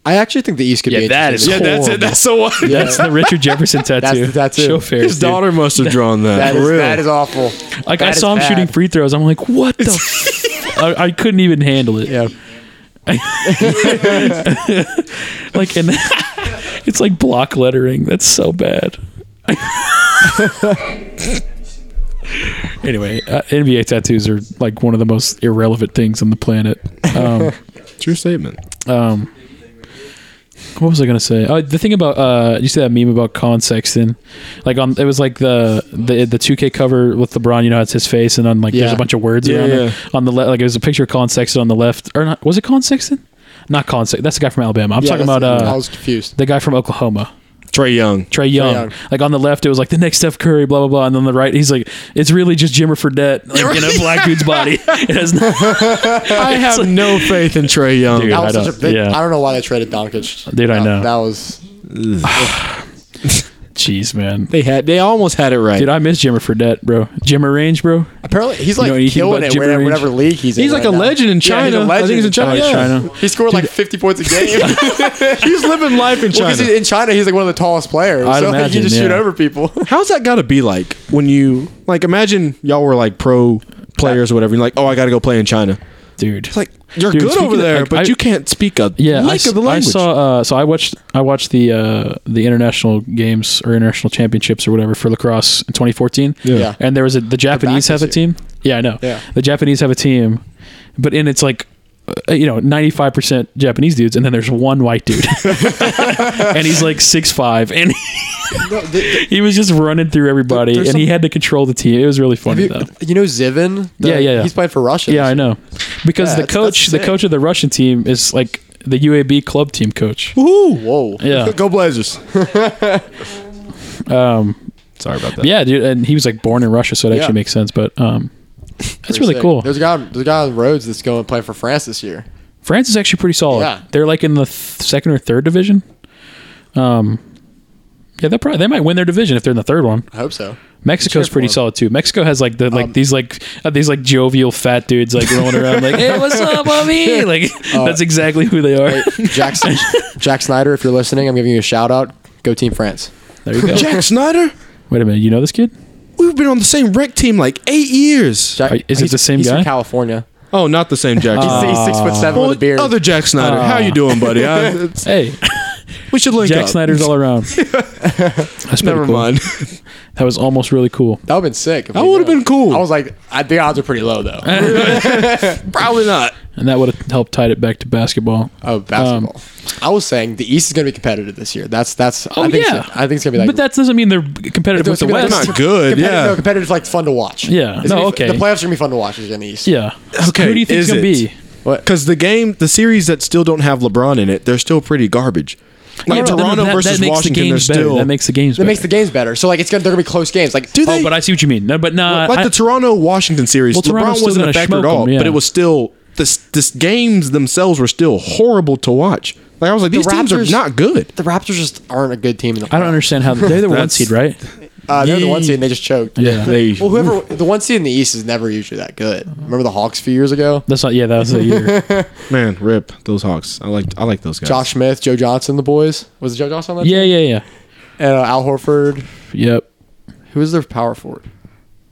Speaker 2: I actually think the East could
Speaker 1: Yeah,
Speaker 2: be.
Speaker 1: that
Speaker 2: interesting.
Speaker 1: is
Speaker 2: Yeah,
Speaker 1: horrible.
Speaker 3: the one.
Speaker 1: That's the Richard Jefferson tattoo.
Speaker 2: the tattoo.
Speaker 1: Show fair.
Speaker 3: His daughter must have drawn that.
Speaker 2: That
Speaker 3: for
Speaker 2: is,
Speaker 3: real.
Speaker 2: that is awful.
Speaker 1: Like I
Speaker 2: That is
Speaker 1: saw him
Speaker 2: bad.
Speaker 1: shooting free throws. I'm like, what the? f- I, I couldn't even handle it.
Speaker 2: Yeah.
Speaker 1: Like and it's like block lettering. That's so bad. anyway, uh, NBA tattoos are like one of the most irrelevant things on the planet. Um,
Speaker 3: True statement.
Speaker 1: um, what was I gonna say? Oh, the thing about uh, you see that meme about Colin Sexton, like on it was like the the the two K cover with LeBron. You know, it's his face, and then like there's
Speaker 2: Yeah.
Speaker 1: a bunch of words
Speaker 3: Yeah,
Speaker 1: around
Speaker 3: yeah.
Speaker 1: it on the left. Like it was a picture of Colin Sexton on the left, or not? Was it Colin Sexton? Not Colin Sexton. That's the guy from Alabama. I'm
Speaker 2: Yeah,
Speaker 1: talking
Speaker 2: that's-
Speaker 1: about uh,
Speaker 2: I was confused.
Speaker 1: the guy from Oklahoma.
Speaker 3: Trey Young.
Speaker 1: Trey Young.
Speaker 2: Young.
Speaker 1: Like on the left, it was like the next Steph Curry, blah blah blah, and on the right, he's like, it's really just Jimmer Fredette like, in a black dude's body. It has no-
Speaker 3: I have no faith in Trey Young.
Speaker 1: Dude.
Speaker 2: That
Speaker 1: I
Speaker 2: was such a
Speaker 1: don't-
Speaker 2: big.
Speaker 1: yeah.
Speaker 2: I don't know why they traded Doncic.
Speaker 1: Dude, I
Speaker 2: That-
Speaker 1: know.
Speaker 2: That was
Speaker 1: Jeez, man.
Speaker 3: They had. They almost had it right.
Speaker 1: Dude, I miss Jimmer Fredette, bro. Jimmer Range, bro.
Speaker 2: apparently he's
Speaker 1: You
Speaker 2: like
Speaker 1: know anything
Speaker 2: killing
Speaker 1: about
Speaker 2: it
Speaker 1: Jimmy
Speaker 2: wherever,
Speaker 1: Reed?
Speaker 2: whatever league he's in.
Speaker 3: He's like
Speaker 2: right
Speaker 3: a
Speaker 2: now.
Speaker 3: legend in
Speaker 2: Yeah,
Speaker 3: China.
Speaker 2: he's a
Speaker 3: I think he's in
Speaker 2: legend.
Speaker 3: China.
Speaker 1: Oh,
Speaker 3: yeah.
Speaker 1: China.
Speaker 2: He scored like 50 points a game.
Speaker 3: He's living life in China.
Speaker 2: Because he's in China, he's like one of the tallest players.
Speaker 1: I'd
Speaker 2: so he
Speaker 1: imagine,
Speaker 2: can just shoot
Speaker 1: yeah.
Speaker 2: over people.
Speaker 3: How's that got to be like when you like imagine y'all were like pro players or whatever? You're like, oh, I got to go play in China.
Speaker 1: Dude.
Speaker 3: It's like you're
Speaker 1: Dude,
Speaker 3: good
Speaker 1: speaking
Speaker 3: over
Speaker 1: of-
Speaker 3: there,
Speaker 1: like,
Speaker 3: but
Speaker 1: I-
Speaker 3: you can't speak a
Speaker 1: yeah, I,
Speaker 3: lick
Speaker 1: s-
Speaker 3: of the
Speaker 1: I
Speaker 3: language.
Speaker 1: saw. Uh, so I watched. I watched the uh, the international games or international championships or whatever for lacrosse in 2014.
Speaker 2: Yeah.
Speaker 1: And there was a the Japanese
Speaker 2: back
Speaker 1: have a
Speaker 2: this
Speaker 1: team. Yeah, I know.
Speaker 2: Yeah.
Speaker 1: The Japanese have a team, but and it's like uh, you know, 95% Japanese dudes, and then there's one white dude. and he's like six five, and he was just running through everybody,
Speaker 2: There's
Speaker 1: and he
Speaker 2: some-
Speaker 1: had to control the team. It was really funny,
Speaker 2: you,
Speaker 1: though.
Speaker 2: you know Zivin? The-
Speaker 1: Yeah, yeah, yeah.
Speaker 2: He's played for Russia.
Speaker 1: Yeah, I know. Because
Speaker 2: Yeah,
Speaker 1: the
Speaker 2: that's-
Speaker 1: coach,
Speaker 2: that's
Speaker 1: the
Speaker 2: sick.
Speaker 1: coach of the Russian team is like the UAB club team coach.
Speaker 3: Woo!
Speaker 2: Whoa.
Speaker 1: Yeah.
Speaker 3: Go Blazers.
Speaker 1: Um,
Speaker 4: Sorry about that.
Speaker 1: yeah, dude, and he was like born in Russia, so it
Speaker 2: Yeah.
Speaker 1: actually makes sense. But um, that's
Speaker 2: Pretty
Speaker 1: really
Speaker 2: sick.
Speaker 1: cool.
Speaker 2: There's a guy. There's a guy on Rhodes that's going to play for France this year.
Speaker 1: France is actually pretty solid.
Speaker 2: Yeah.
Speaker 1: They're like in the th- second or third division. Um, yeah, they probably they might win their division if they're in the third one.
Speaker 2: I hope so.
Speaker 1: Mexico's
Speaker 2: for
Speaker 1: pretty
Speaker 2: them.
Speaker 1: solid too. Mexico has like the like
Speaker 2: Um,
Speaker 1: these like uh, these like jovial fat dudes like rolling around like hey what's up mommy like
Speaker 2: Uh,
Speaker 1: that's exactly who they are.
Speaker 2: Jackson, Jack Snyder, if you're listening, I'm giving you a shout out. Go Team France.
Speaker 1: There you go.
Speaker 3: Jack Snyder?
Speaker 1: Wait a minute, you know this kid?
Speaker 3: We've been on the same rec team like eight years.
Speaker 2: Jack,
Speaker 1: Are- is it
Speaker 2: he's-
Speaker 1: the same
Speaker 2: he's
Speaker 1: guy?
Speaker 2: From California.
Speaker 3: Oh, not the same
Speaker 1: Uh,
Speaker 3: Jack.
Speaker 2: He's,
Speaker 3: Snyder.
Speaker 2: he's six foot seven with a beard.
Speaker 3: Other Jack Snyder. How you doing, buddy? I, it's-
Speaker 1: Hey,
Speaker 3: we should link
Speaker 1: Uh, Jack
Speaker 3: up.
Speaker 1: Snyder's all around. That's pretty
Speaker 3: Never
Speaker 1: cool.
Speaker 3: mind.
Speaker 1: That was almost really cool.
Speaker 2: that would have been sick. if
Speaker 3: That
Speaker 2: we
Speaker 3: would've
Speaker 2: know.
Speaker 3: been cool.
Speaker 2: I was like, I, the odds are pretty low though.
Speaker 3: Probably not.
Speaker 1: And that would have helped tie it back to basketball.
Speaker 3: Uh,
Speaker 2: oh, basketball. I was saying the East is going to be competitive this year. That's that's.
Speaker 1: Um, Oh,
Speaker 2: I think
Speaker 1: yeah.
Speaker 2: It's, I think it's going to be like.
Speaker 1: but that doesn't mean they're competitive with the
Speaker 2: They're
Speaker 1: West.
Speaker 2: not
Speaker 3: Not good,
Speaker 2: competitive-
Speaker 3: yeah.
Speaker 2: No, competitive is like fun to watch.
Speaker 1: Yeah.
Speaker 2: It's
Speaker 1: No,
Speaker 2: gonna be-
Speaker 1: okay.
Speaker 2: The playoffs are going to be fun to watch in the East.
Speaker 1: Yeah.
Speaker 3: Okay,
Speaker 1: Who do you think
Speaker 3: is
Speaker 1: gonna
Speaker 3: it?
Speaker 1: be?
Speaker 2: What?
Speaker 3: Because the game, the series that still don't have LeBron in it, they're still pretty garbage. Like
Speaker 1: Yeah, but
Speaker 3: Toronto
Speaker 1: that- that makes
Speaker 3: versus
Speaker 1: the
Speaker 3: Washington, they're
Speaker 1: games better.
Speaker 3: still.
Speaker 1: that makes the games.
Speaker 2: That makes
Speaker 1: better.
Speaker 2: the games better. So like it's gonna they're gonna be close games. Like
Speaker 3: do they?
Speaker 1: Oh, but I see what you mean. No, but not
Speaker 3: like the Toronto Washington series,
Speaker 1: Uh, Well, Toronto's
Speaker 3: LeBron
Speaker 1: still
Speaker 3: wasn't
Speaker 1: gonna
Speaker 3: a factor at
Speaker 1: smoke
Speaker 3: all,
Speaker 1: 'em, yeah.
Speaker 3: but it was still this. This games themselves were still horrible to watch. Like I was like, these teams are
Speaker 2: Raptors-
Speaker 3: not good.
Speaker 2: the Raptors just aren't a good team. In the
Speaker 1: I don't understand how they're the one
Speaker 3: That's-
Speaker 1: seed, right?
Speaker 2: Uh, they're the one seed and they just choked.
Speaker 1: Yeah.
Speaker 3: They,
Speaker 2: Well, whoever the one seed in the East is never usually that good. Remember the Hawks a few years ago?
Speaker 1: That's not. Yeah, that was a year.
Speaker 3: man, rip those Hawks. I like I like those guys.
Speaker 2: Josh Smith, Joe Johnson, the boys. Was it Joe Johnson on that?
Speaker 1: yeah, yeah, yeah.
Speaker 2: team? And uh, Al Horford.
Speaker 1: Yep.
Speaker 2: Who was their power forward?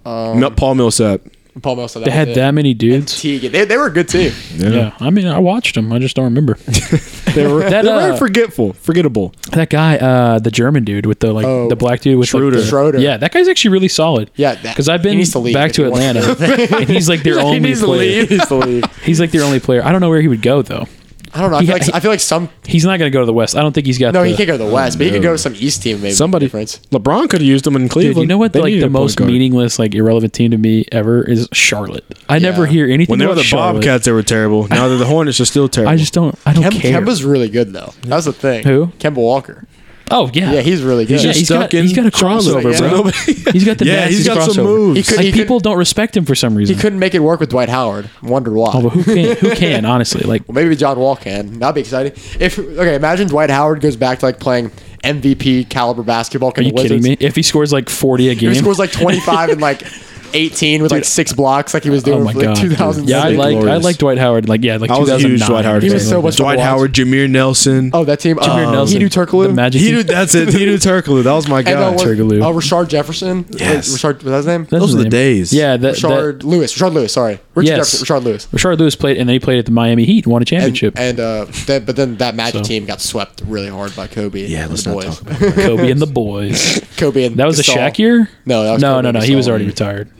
Speaker 3: Not Paul Millsap.
Speaker 2: Paul Millsap.
Speaker 1: They had that many dudes.
Speaker 2: Teague. They, they were a good team.
Speaker 3: Yeah,
Speaker 1: Yeah. I mean, I watched them. I just don't remember.
Speaker 3: they were
Speaker 1: That,
Speaker 3: they're very
Speaker 1: uh,
Speaker 3: forgetful, forgettable.
Speaker 1: that guy, uh, the German dude with the like
Speaker 2: Oh,
Speaker 1: the black dude with
Speaker 3: Schroeder.
Speaker 1: Like, the,
Speaker 2: Schroeder.
Speaker 1: Yeah, that guy's actually really solid.
Speaker 2: Yeah, that-
Speaker 1: Because I've
Speaker 2: he
Speaker 1: been
Speaker 2: needs to leave
Speaker 1: back
Speaker 2: if
Speaker 1: to
Speaker 2: he wants
Speaker 1: Atlanta, and he's like their only player.
Speaker 2: He's the lead.
Speaker 1: He's like their only player. I don't know where he would go though.
Speaker 2: I don't know. I
Speaker 1: He
Speaker 2: feel
Speaker 1: ha-
Speaker 2: like
Speaker 1: he-
Speaker 2: I feel like some.
Speaker 1: He's not going to go to the West. I don't think he's got.
Speaker 2: No,
Speaker 1: the,
Speaker 2: he can't go to the West, but he could go to some East team maybe.
Speaker 3: Somebody,
Speaker 2: Difference.
Speaker 3: LeBron could have used them in Cleveland.
Speaker 1: Dude, you know what?
Speaker 3: They
Speaker 1: like
Speaker 3: needed
Speaker 1: the
Speaker 3: a point
Speaker 1: most
Speaker 3: guard.
Speaker 1: meaningless, like irrelevant team to me ever is Charlotte. I never hear anything
Speaker 3: When they were
Speaker 1: about
Speaker 3: the
Speaker 1: Charlotte.
Speaker 3: Bobcats, they were terrible. Now they're the Hornets. They're still terrible.
Speaker 1: I just don't. I don't
Speaker 2: Kem,
Speaker 1: care.
Speaker 2: Kemba's really good though. That's the thing.
Speaker 1: Who?
Speaker 2: Kemba Walker.
Speaker 1: oh yeah,
Speaker 2: Yeah, he's really good.
Speaker 1: yeah,
Speaker 3: just
Speaker 1: he's got-
Speaker 3: stuck in
Speaker 1: he's got a
Speaker 3: Charlotte,
Speaker 1: crossover,
Speaker 3: so
Speaker 1: bro.
Speaker 3: nobody-
Speaker 1: He's got the
Speaker 3: yeah,
Speaker 1: nastiest
Speaker 3: he's got some
Speaker 1: crossover.
Speaker 3: moves.
Speaker 2: He could-
Speaker 1: like people don't respect him for some
Speaker 2: He
Speaker 1: reason.
Speaker 2: couldn't make it work with Dwight Howard. Wonder why.
Speaker 1: Oh, but who can? Who can? Honestly, like
Speaker 2: Well, maybe John Wall can. That'd be exciting. If okay, imagine Dwight Howard goes back to like playing MVP caliber basketball.
Speaker 1: Are you kidding me? If he scores like 40 a game,
Speaker 2: He scores like 25 and like 18 with like six blocks, like he was doing
Speaker 1: oh my
Speaker 2: for like
Speaker 1: god, dude.
Speaker 2: 2006.
Speaker 1: yeah, I
Speaker 3: Big
Speaker 1: like I
Speaker 3: glorious.
Speaker 1: like Dwight Howard. Like yeah, like
Speaker 3: I was a huge
Speaker 1: 2009.
Speaker 3: Dwight Howard.
Speaker 2: He
Speaker 3: fan.
Speaker 2: was so much
Speaker 3: Dwight
Speaker 2: fun to
Speaker 3: Howard, Jameer Nelson.
Speaker 2: oh, that team. Jameer um,
Speaker 1: Nelson.
Speaker 2: Nelson. Hidu Turkoglu.
Speaker 1: The Magic
Speaker 3: he
Speaker 1: team.
Speaker 3: did, that's it. He did Turkoglu. That was my
Speaker 2: And, uh,
Speaker 3: guy.
Speaker 2: what-
Speaker 1: Turkoglu.
Speaker 2: uh, Rashard Jefferson.
Speaker 3: Yes.
Speaker 2: Wait, Rashard, was that his name?
Speaker 1: That's
Speaker 3: Those
Speaker 1: his
Speaker 3: were the
Speaker 1: name.
Speaker 3: days.
Speaker 1: Yeah, that, that
Speaker 2: Rashard Lewis. Richard Lewis, sorry. Richard
Speaker 1: Yes.
Speaker 2: Jefferson. Richard Lewis.
Speaker 1: Rashard Lewis played, and then he played at the Miami Heat, and won a
Speaker 2: And,
Speaker 1: championship.
Speaker 2: and uh, that, but then that Magic
Speaker 1: So.
Speaker 2: team got swept really hard by Kobe.
Speaker 3: Yeah,
Speaker 2: and
Speaker 3: let's
Speaker 2: the
Speaker 3: not
Speaker 2: boys.
Speaker 3: talk
Speaker 1: Kobe and the boys.
Speaker 2: Kobe and
Speaker 1: That was a
Speaker 2: Gasol.
Speaker 1: Shaq year.
Speaker 2: No, that was
Speaker 1: no,
Speaker 2: Kobe
Speaker 1: no,
Speaker 2: and
Speaker 1: no. He was
Speaker 2: Gasol.
Speaker 1: already retired.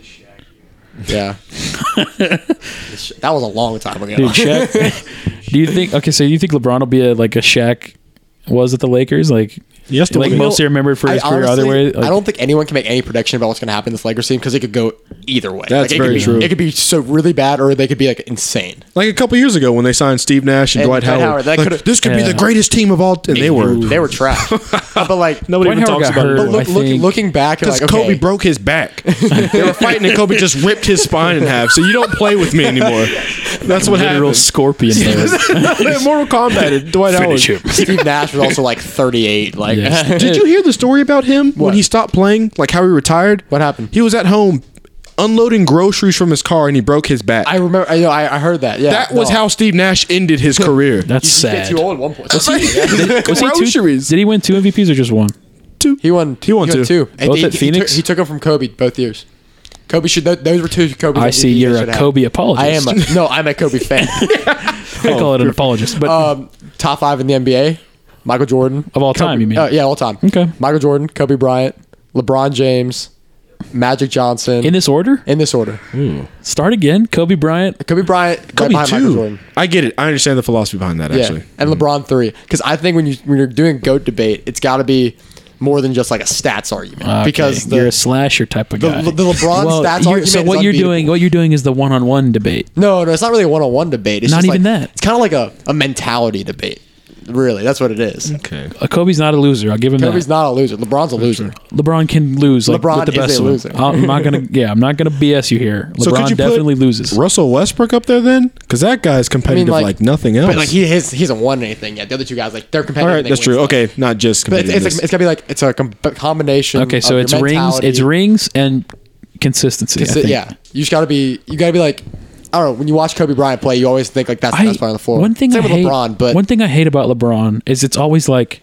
Speaker 2: Yeah. that was a long time ago.
Speaker 1: Dude, Shaq. do you think? Okay, so you think LeBron will be a, like a Shaq was at the Lakers? Like,
Speaker 3: Yes, the
Speaker 1: like
Speaker 3: Lakers.
Speaker 1: mostly remembered for
Speaker 2: I
Speaker 1: his career. Other
Speaker 2: honestly-
Speaker 1: way, like,
Speaker 2: I don't think anyone can make any prediction about what's going to happen in this Lakers team because it could go either way. Like,
Speaker 3: That's
Speaker 2: it
Speaker 3: very
Speaker 2: could be,
Speaker 3: true.
Speaker 2: It could be so really bad, or they could be like insane.
Speaker 3: Like a couple years ago when they signed Steve Nash and,
Speaker 2: And
Speaker 3: Dwight
Speaker 2: Dwight
Speaker 3: Howard.
Speaker 2: Howard, that
Speaker 3: Like,
Speaker 2: could've-
Speaker 3: this could be
Speaker 1: Yeah.
Speaker 3: the greatest team of all time. They were.
Speaker 2: They were trash. Uh, but like
Speaker 3: Nobody
Speaker 1: Dwight
Speaker 3: even
Speaker 1: Howard
Speaker 3: talks
Speaker 1: got
Speaker 3: about
Speaker 1: hurt.
Speaker 3: it.
Speaker 2: But look,
Speaker 1: I
Speaker 2: look,
Speaker 1: think-
Speaker 2: looking back, you're
Speaker 3: Because
Speaker 2: like, okay,
Speaker 3: Kobe broke his back. they were fighting and Kobe just ripped his spine in half. So you don't play with me anymore. That's what
Speaker 1: literal
Speaker 3: happened.
Speaker 1: scorpion. There.
Speaker 3: Mortal Kombat. Dwight Howard.
Speaker 2: Steve Nash was also like 38. Like,
Speaker 1: Yeah.
Speaker 3: Did you hear the story about him when
Speaker 2: What?
Speaker 3: he stopped playing? Like how he retired?
Speaker 2: What happened?
Speaker 3: He was at home unloading groceries from his car and he broke his back.
Speaker 2: I remember. I know. I, I heard that. Yeah,
Speaker 3: that was
Speaker 2: no.
Speaker 3: how Steve Nash ended his career.
Speaker 1: That's
Speaker 2: You
Speaker 1: sad.
Speaker 2: get too old at one point.
Speaker 1: Was he two-
Speaker 3: Groceries.
Speaker 1: did he win two MVPs or just one?
Speaker 2: He won.
Speaker 3: He won two.
Speaker 2: And
Speaker 1: Both
Speaker 2: he,
Speaker 1: at
Speaker 2: he
Speaker 1: Phoenix?
Speaker 2: took- He took them from Kobe both years. Kobe should. tho- Those were two Kobe.
Speaker 1: I see you're a Kobe apologist.
Speaker 2: I am. A, no, I'm a Kobe fan.
Speaker 1: I call it an apologist, but
Speaker 2: um, top five in the NBA. Michael Jordan
Speaker 1: Of all time,
Speaker 2: Kobe- Oh,
Speaker 1: you mean?
Speaker 2: Uh, yeah, all time.
Speaker 1: Okay.
Speaker 2: Michael Jordan, Kobe Bryant, LeBron James, Magic Johnson
Speaker 1: In this order,
Speaker 2: in this order.
Speaker 1: start again. Kobe Bryant.
Speaker 2: Kobe Bryant, right
Speaker 3: Kobe
Speaker 2: behind Michael
Speaker 3: two.
Speaker 2: Jordan.
Speaker 3: I get it. I understand the philosophy behind that.
Speaker 2: Yeah,
Speaker 3: Actually,
Speaker 1: Mm-hmm.
Speaker 2: and LeBron three. Because I think when you when you're doing a goat debate, it's got to be more than just like a stats argument
Speaker 1: Okay,
Speaker 2: because the
Speaker 1: you're a slasher type of
Speaker 2: the-
Speaker 1: guy.
Speaker 2: the LeBron stats
Speaker 1: you're-
Speaker 2: argument
Speaker 1: So
Speaker 2: is
Speaker 1: what you're doing,
Speaker 2: unbeatable.
Speaker 1: what you're doing is the one-on-one debate.
Speaker 2: No, no, it's not really a one-on-one debate. It's
Speaker 1: Not
Speaker 2: just
Speaker 1: even
Speaker 2: like-
Speaker 1: that.
Speaker 2: It's kind of like a, a mentality debate. Really, that's what it is.
Speaker 3: okay.
Speaker 1: Uh, Kobe's not a loser. I'll give him
Speaker 2: Kobe's
Speaker 1: that.
Speaker 2: not a loser. LeBron's a loser.
Speaker 1: LeBron can lose. Like, with
Speaker 2: LeBron
Speaker 1: the
Speaker 2: is
Speaker 1: best
Speaker 2: a
Speaker 1: of them.
Speaker 2: loser.
Speaker 1: I'm not gonna. Yeah, I'm not gonna BS you here. LeBron
Speaker 3: So could you put
Speaker 1: definitely loses.
Speaker 3: Russell Westbrook up there then? Because that guy's competitive
Speaker 2: like-
Speaker 3: like, nothing else.
Speaker 2: But like he his, he hasn't won anything yet. The other two guys like they're
Speaker 3: All
Speaker 2: competitive.
Speaker 3: right,
Speaker 2: and they
Speaker 3: that's
Speaker 2: win
Speaker 3: true.
Speaker 2: stuff.
Speaker 3: Okay, not just
Speaker 2: but it's,
Speaker 3: competitiveness.
Speaker 2: it's, like, it's gotta be like it's a com- combination.
Speaker 1: Okay, so
Speaker 2: of
Speaker 1: it's
Speaker 2: your
Speaker 1: rings.
Speaker 2: mentality.
Speaker 1: It's rings and consistency. I
Speaker 2: It's-
Speaker 1: think.
Speaker 2: yeah, you just gotta be. You gotta be like. I don't know. When you watch Kobe Bryant play, you always think like that's the best player on the floor.
Speaker 1: One thing
Speaker 2: Same
Speaker 1: I
Speaker 2: with
Speaker 1: hate,
Speaker 2: LeBron, but
Speaker 1: one thing I hate about LeBron is it's always like,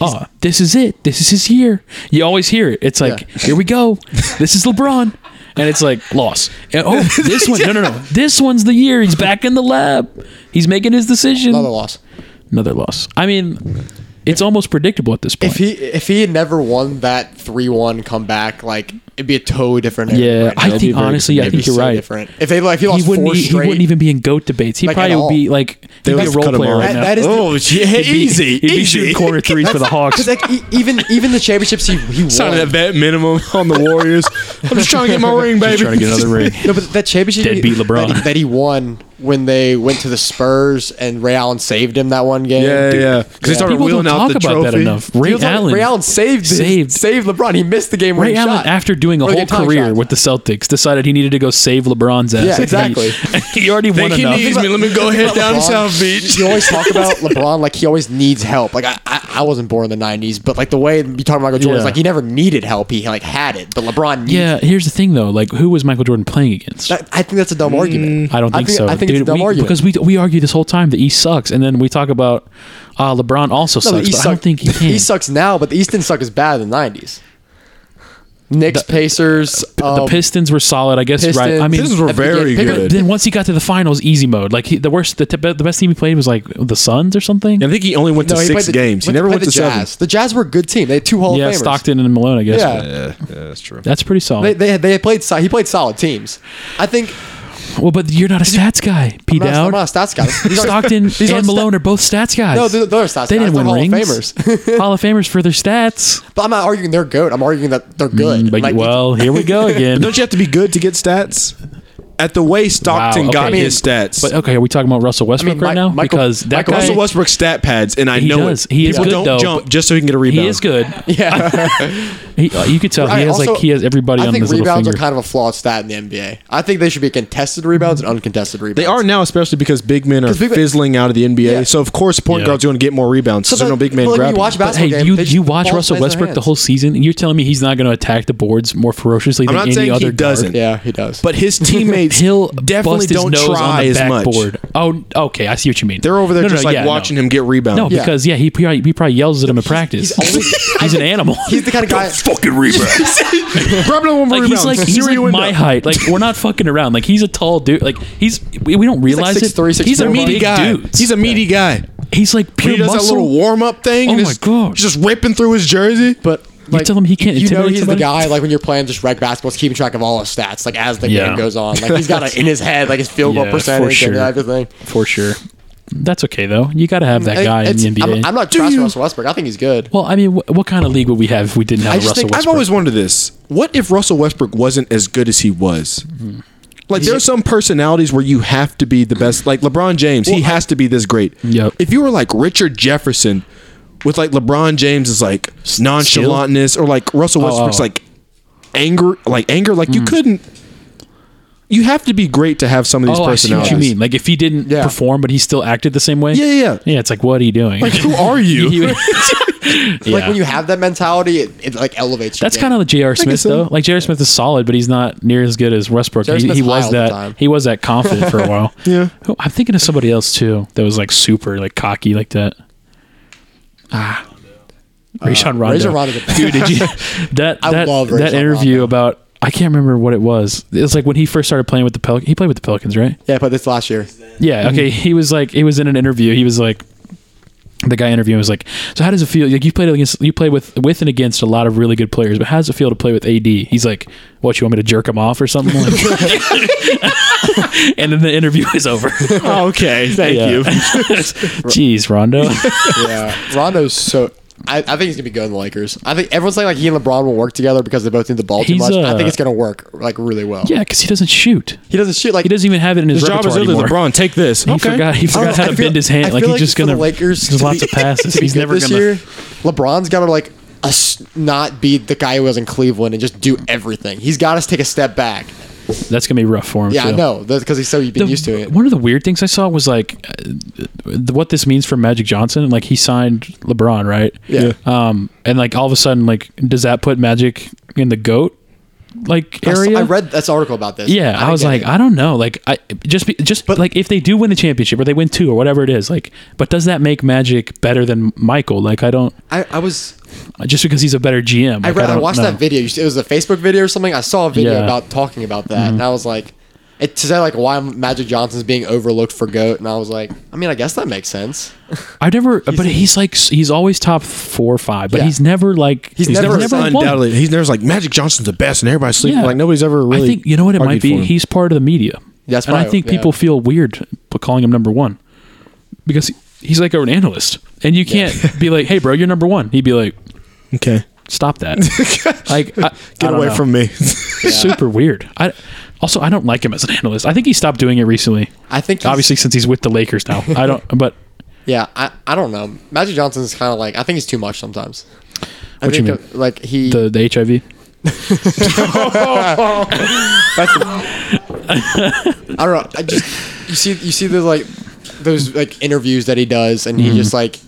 Speaker 1: oh, this is it. This is his year. You always hear it. It's like,
Speaker 2: Yeah.
Speaker 1: here we go. This is LeBron. And it's like loss. And, oh, this one. No, no, no. This one's the year. He's back in the lab. He's making his decision.
Speaker 2: another loss.
Speaker 1: Another loss. I mean, it's almost predictable at this point.
Speaker 2: If he if he had never won that three one comeback, like it'd be a totally different. era
Speaker 1: yeah,
Speaker 2: right now.
Speaker 1: I
Speaker 2: It'd be
Speaker 1: think honestly, I
Speaker 2: it'd be
Speaker 1: think you're
Speaker 2: so
Speaker 1: right.
Speaker 2: Different. If they like, if he
Speaker 1: He
Speaker 2: lost
Speaker 1: wouldn't.
Speaker 2: four
Speaker 1: e- he
Speaker 2: straight,
Speaker 1: wouldn't even be in goat debates. He
Speaker 2: Like, at
Speaker 1: probably would be
Speaker 2: all.
Speaker 1: like he'd
Speaker 3: would
Speaker 1: be a
Speaker 3: have to
Speaker 1: role
Speaker 3: cut him
Speaker 1: player
Speaker 3: off.
Speaker 1: right
Speaker 2: That-
Speaker 1: now.
Speaker 2: that is the-
Speaker 3: oh, yeah, easy.
Speaker 1: He'd be shooting corner threes for the Hawks.
Speaker 2: Because like e- even even the championships he he won.
Speaker 3: Signing that vet minimum on the Warriors. I'm just trying to get my ring, baby.
Speaker 1: trying to get another ring.
Speaker 2: no, but that championship he-
Speaker 1: Deadbeat LeBron.
Speaker 2: That, he, that he won when they went to the Spurs and Ray Allen saved him that one game.
Speaker 3: Yeah, yeah. Because they started
Speaker 1: People don't
Speaker 3: wheeling out
Speaker 1: talk
Speaker 3: the
Speaker 1: about
Speaker 3: trophy.
Speaker 1: that enough. Ray
Speaker 2: He was like-
Speaker 1: Allen.
Speaker 2: Ray Allen saved his-
Speaker 1: Saved.
Speaker 2: saved LeBron. He missed the game
Speaker 1: Ray
Speaker 2: winning
Speaker 1: Allen,
Speaker 2: shot.
Speaker 1: after doing a
Speaker 2: Or the
Speaker 1: whole
Speaker 2: game-tying
Speaker 1: career
Speaker 2: shot.
Speaker 1: with the Celtics, decided he needed to go save LeBron's ass.
Speaker 2: Yeah,
Speaker 1: And
Speaker 2: exactly.
Speaker 1: He, he already won
Speaker 3: Think he
Speaker 1: enough.
Speaker 3: needs me. Let me go head down
Speaker 2: LeBron,
Speaker 3: South Beach.
Speaker 2: You always talk about LeBron like he always needs help. Like I, I, I wasn't born in the '90s, but like the way you talk about Michael Jordan,
Speaker 1: Yeah.
Speaker 2: is like he never needed help. He like had it, but LeBron needs.
Speaker 1: yeah, here's the thing though. Like, who was Michael Jordan playing against?
Speaker 2: That, I think that's a dumb
Speaker 3: Mm.
Speaker 2: argument.
Speaker 1: I don't think, so.
Speaker 2: I think it's a
Speaker 1: Dude,
Speaker 2: dumb
Speaker 1: we-
Speaker 2: argument
Speaker 1: Because we we argue this whole time the East sucks, and then we talk about uh, LeBron also
Speaker 2: No,
Speaker 1: sucks.
Speaker 2: the
Speaker 1: but
Speaker 2: East
Speaker 1: I don't
Speaker 2: suck-
Speaker 1: think he
Speaker 2: the
Speaker 1: can.
Speaker 2: East sucks now, but the East didn't suck as bad in the '90s. Knicks, Pacers,
Speaker 1: the
Speaker 2: um,
Speaker 1: Pistons were solid, I guess. right? I
Speaker 2: Pistons-
Speaker 1: mean,
Speaker 3: Pistons were
Speaker 2: At the beginning-
Speaker 3: very
Speaker 2: Pippen-
Speaker 3: good.
Speaker 1: then once he got to the finals, easy mode. Like he, the worst, the, t- the best team he played was like the Suns or something.
Speaker 3: I think he only went to
Speaker 2: No, he
Speaker 3: six
Speaker 2: played the-
Speaker 3: games. He
Speaker 2: went-
Speaker 3: never
Speaker 2: played
Speaker 3: went to
Speaker 2: the
Speaker 3: seven.
Speaker 2: Jazz. The Jazz were a good team. They had two Hall
Speaker 1: yeah,
Speaker 2: of Famers.
Speaker 1: Stockton and Malone, I guess.
Speaker 2: Yeah.
Speaker 3: Yeah, yeah, that's true.
Speaker 1: That's pretty solid.
Speaker 2: They, they, they played. so- He played solid teams. I think.
Speaker 1: well, but you're not a stats guy, P.
Speaker 2: I'm not,
Speaker 1: Dowd.
Speaker 2: I'm not a stats guy. These aren't-
Speaker 1: Stockton and
Speaker 2: aren't sta-
Speaker 1: Malone are both stats guys.
Speaker 2: No, they're- they're stats
Speaker 1: They
Speaker 2: guys.
Speaker 1: didn't win
Speaker 2: They're Hall of
Speaker 1: rings.
Speaker 2: Famers.
Speaker 1: Hall of Famers for their stats.
Speaker 2: But I'm not arguing they're good. I'm arguing that they're good.
Speaker 1: Mm, But,
Speaker 2: Like,
Speaker 1: well, here we go again.
Speaker 3: Don't you have to be good to get stats? At the way Stockton
Speaker 1: okay.
Speaker 3: got
Speaker 1: I mean,
Speaker 3: his stats.
Speaker 1: but okay, are we talking about Russell Westbrook
Speaker 2: Mi-
Speaker 1: right now?
Speaker 2: Michael-
Speaker 1: because that
Speaker 2: Michael
Speaker 1: guy,
Speaker 3: Russell Westbrook's stat pads, and I
Speaker 1: He
Speaker 3: know
Speaker 1: does.
Speaker 3: it.
Speaker 1: He is
Speaker 3: People
Speaker 1: good,
Speaker 3: don't
Speaker 1: though,
Speaker 3: jump
Speaker 1: but-
Speaker 3: just so he can get a rebound.
Speaker 1: he is good.
Speaker 2: Yeah.
Speaker 1: He, uh, you could tell he
Speaker 2: I
Speaker 1: has
Speaker 2: also-
Speaker 1: like he has everybody
Speaker 2: I
Speaker 1: on
Speaker 2: think
Speaker 1: his little
Speaker 2: rebounds
Speaker 1: finger.
Speaker 2: are kind of a flawed stat in the NBA. I think they should be contested rebounds and uncontested rebounds.
Speaker 3: They are now, especially because big men are
Speaker 2: 'Cause big men-
Speaker 3: fizzling out of the NBA.
Speaker 2: Yeah.
Speaker 3: So of course, point
Speaker 1: Yeah.
Speaker 3: guards are going to get more rebounds. So there's no
Speaker 2: Sometimes-
Speaker 3: big man
Speaker 2: well, like,
Speaker 3: grabbing.
Speaker 2: You watch a
Speaker 1: but hey,
Speaker 2: basketball game,
Speaker 1: you
Speaker 2: they just-
Speaker 1: you watch
Speaker 2: ball
Speaker 1: Russell
Speaker 2: stays in their
Speaker 1: Westbrook the
Speaker 2: hands.
Speaker 1: whole season, and you're telling me he's not going to attack the boards more ferociously
Speaker 3: I'm
Speaker 1: than
Speaker 3: not
Speaker 1: any
Speaker 3: saying
Speaker 1: other
Speaker 3: he
Speaker 1: guard?
Speaker 3: doesn't.
Speaker 2: Yeah, he does.
Speaker 3: But his teammates
Speaker 1: He'll
Speaker 3: definitely
Speaker 1: bust his
Speaker 3: don't
Speaker 1: nose
Speaker 3: try
Speaker 1: on the
Speaker 3: as much.
Speaker 1: backboard. Oh, okay, I see what you mean.
Speaker 3: They're over there
Speaker 1: No, no,
Speaker 3: just
Speaker 1: no,
Speaker 3: like
Speaker 1: yeah, no.
Speaker 3: watching him get rebounds.
Speaker 1: No, because yeah, he probably, he probably yells at him in practice. He's,
Speaker 2: only-
Speaker 1: an animal.
Speaker 2: He's the kind of guy.
Speaker 3: fucking rebounds. Probably one more
Speaker 1: like he's like he's like my height. Like we're not fucking around. Like he's a tall dude. Like he's we, we don't realize it.
Speaker 2: 6'3", 6'4",
Speaker 1: he's a
Speaker 2: right?
Speaker 1: meaty
Speaker 3: big guy.
Speaker 1: guy. Dude.
Speaker 3: He's a meaty guy.
Speaker 1: he's like
Speaker 3: When
Speaker 1: pure
Speaker 3: he does
Speaker 1: muscle.
Speaker 3: that little warm up thing.
Speaker 1: Oh
Speaker 3: and
Speaker 1: my
Speaker 3: is
Speaker 1: God.
Speaker 3: Just ripping through his jersey.
Speaker 2: But like,
Speaker 1: tell him he can't
Speaker 2: You know
Speaker 1: intimidate
Speaker 2: he's
Speaker 1: somebody?
Speaker 2: the guy. Like when you're playing just rec basketball, he's keeping track of all his stats. Like as the
Speaker 1: Yeah.
Speaker 2: game goes on, like he's got it in his head, like his field goal
Speaker 1: Yeah, for
Speaker 2: percentage
Speaker 1: sure.
Speaker 2: and everything.
Speaker 1: for sure. That's okay though. You got to have that guy in the
Speaker 2: It's-
Speaker 1: NBA.
Speaker 2: I'm, I'm not
Speaker 3: Do
Speaker 2: trusting
Speaker 3: you-
Speaker 2: Russell Westbrook. I think he's good.
Speaker 1: well, I mean, wh- what kind of league would we have if we didn't have
Speaker 2: I
Speaker 1: Russell
Speaker 2: just think-
Speaker 1: Westbrook?
Speaker 3: I've always wondered this. What if Russell Westbrook wasn't as good as he was?
Speaker 1: Mm-hmm.
Speaker 3: Like there are some personalities where you have to be the best. Like LeBron James, he has to be this great.
Speaker 1: Yep.
Speaker 3: If you were like Richard Jefferson, with like LeBron James's like nonchalantness, or like Russell Westbrook's
Speaker 1: oh. Mm.
Speaker 3: like anger, like anger, like you couldn't. You have to be great to have some of these
Speaker 1: oh, I see
Speaker 3: personalities.
Speaker 1: what you mean. Like if he didn't
Speaker 2: Yeah.
Speaker 1: perform, but he still acted the same way.
Speaker 3: Yeah, yeah, yeah.
Speaker 1: yeah. It's like what are you doing?
Speaker 3: Like who are you?
Speaker 1: You-
Speaker 2: Like
Speaker 1: Yeah.
Speaker 2: when you have that mentality, it, it like elevates. Your
Speaker 1: That's kind of like J.R. Smith
Speaker 3: so.
Speaker 1: though. Like J.R. Smith is solid, but he's not near as good as Westbrook.
Speaker 2: J.R.
Speaker 1: He, he
Speaker 2: Smith's high
Speaker 1: was
Speaker 2: all the
Speaker 1: that
Speaker 2: time.
Speaker 1: he was that confident for a while.
Speaker 3: Yeah.
Speaker 1: Who- I'm thinking of somebody else too that was like super like cocky like that. Ah, Rajon Rondo.
Speaker 2: Razor Ronda's a
Speaker 1: Dude, did you that
Speaker 2: I
Speaker 1: that,
Speaker 2: love
Speaker 1: that
Speaker 2: Rajon
Speaker 1: interview
Speaker 2: Rondo.
Speaker 1: about? I can't remember what it was. It was like when he first started playing with the Pelicans. He played with the Pelicans, right?
Speaker 2: yeah, but this last year.
Speaker 1: Yeah. Okay. He was like, he was in an interview. He was like, the guy interviewing was like, "So how does it feel? Like you played against, you play with with and against a lot of really good players, but how does it feel to play with AD?" He's like, "What you want me to jerk him off or something?" Like- and then the interview is over.
Speaker 2: Oh,
Speaker 3: okay, thank
Speaker 1: Yeah.
Speaker 3: you.
Speaker 1: Jeez, Rondo.
Speaker 2: yeah, Rondo's so. I, I think he's gonna be good in the Lakers. I think everyone's saying like he and LeBron will work together because they both need the ball too
Speaker 1: He's,
Speaker 2: much. I
Speaker 1: uh,
Speaker 2: think it's gonna work like really well.
Speaker 1: yeah, because he doesn't shoot.
Speaker 2: he doesn't shoot like
Speaker 1: He doesn't even have it in his,
Speaker 3: His job
Speaker 1: repertoire
Speaker 3: is literally
Speaker 1: anymore.
Speaker 3: LeBron. Take this.
Speaker 1: He forgot. He
Speaker 2: I
Speaker 1: forgot
Speaker 2: don't
Speaker 1: how
Speaker 2: know,
Speaker 1: to
Speaker 2: I feel-
Speaker 1: bend his hand.
Speaker 2: I
Speaker 1: Like
Speaker 2: feel
Speaker 1: he's just
Speaker 2: for the
Speaker 1: gonna.
Speaker 2: Lakers
Speaker 1: there's
Speaker 2: to
Speaker 1: lots
Speaker 2: be-
Speaker 1: of passes.
Speaker 2: to be
Speaker 1: He's
Speaker 2: good
Speaker 1: never
Speaker 2: this
Speaker 1: gonna.
Speaker 2: year. LeBron's got to like us not be the guy who was in Cleveland and just do everything. He's got to take a step back.
Speaker 1: That's gonna be rough for him.
Speaker 2: Yeah, I
Speaker 1: too.
Speaker 2: know that's because he's so been
Speaker 1: the-
Speaker 2: used to it.
Speaker 1: One of the weird things I saw was like uh, th- what this means for Magic Johnson. Like he signed LeBron, right?
Speaker 2: Yeah.
Speaker 1: Um, and like all of a sudden, like does that put Magic in the goat like
Speaker 2: I s-
Speaker 1: area?
Speaker 2: I read this article about this.
Speaker 1: Yeah, I,
Speaker 2: don't
Speaker 1: was
Speaker 2: get
Speaker 1: like,
Speaker 2: it.
Speaker 1: I don't know, like I just be, just but like if they do win the championship or they win two or whatever it is, like, but does that make Magic better than Michael? Like I don't
Speaker 2: I, I was
Speaker 1: just because he's a better GM.
Speaker 2: I,
Speaker 1: like,
Speaker 2: read, I,
Speaker 1: don't
Speaker 2: watched
Speaker 1: know.
Speaker 2: that video. You s- It was a Facebook video or something. I saw a video
Speaker 1: Yeah. Mm-hmm.
Speaker 2: about talking about that, and I was like, it said like why Magic Johnson's being overlooked for goat, and I was like, I mean, I guess that makes sense.
Speaker 1: I never, but he's like he's always top four or five, but
Speaker 2: Yeah.
Speaker 1: he's never like
Speaker 2: He's never
Speaker 1: won.
Speaker 3: Undoubtedly, he's there's like Magic Johnson's the best, and everybody's sleeping. Like nobody's ever really.
Speaker 1: I think you know what it might
Speaker 3: argued for
Speaker 1: be.
Speaker 3: him.
Speaker 1: He's part of the media.
Speaker 2: That's
Speaker 1: and I
Speaker 2: probably-
Speaker 1: think
Speaker 2: yeah.
Speaker 1: people feel weird p- calling him number one because he- he's like an analyst, and you can't be like, "Hey, bro, you're number one." He'd be like,
Speaker 3: okay.
Speaker 1: "Stop that!" like, I, I
Speaker 3: Get
Speaker 1: don't
Speaker 3: away
Speaker 1: know.
Speaker 3: from me.
Speaker 1: Super weird. I also I don't like him as an analyst. I think he stopped doing it recently.
Speaker 2: I think he's-
Speaker 1: Obviously, since he's with the Lakers now, I don't. But
Speaker 2: Yeah, I, I don't know. Magic Johnson's kind of like I think he's too much sometimes. I
Speaker 1: What you
Speaker 2: think
Speaker 1: mean?
Speaker 2: that, Like he
Speaker 1: the the HIV.
Speaker 2: That's- I don't know. I just you see you see the like those like interviews that he does, and
Speaker 1: Mm-hmm.
Speaker 2: he just like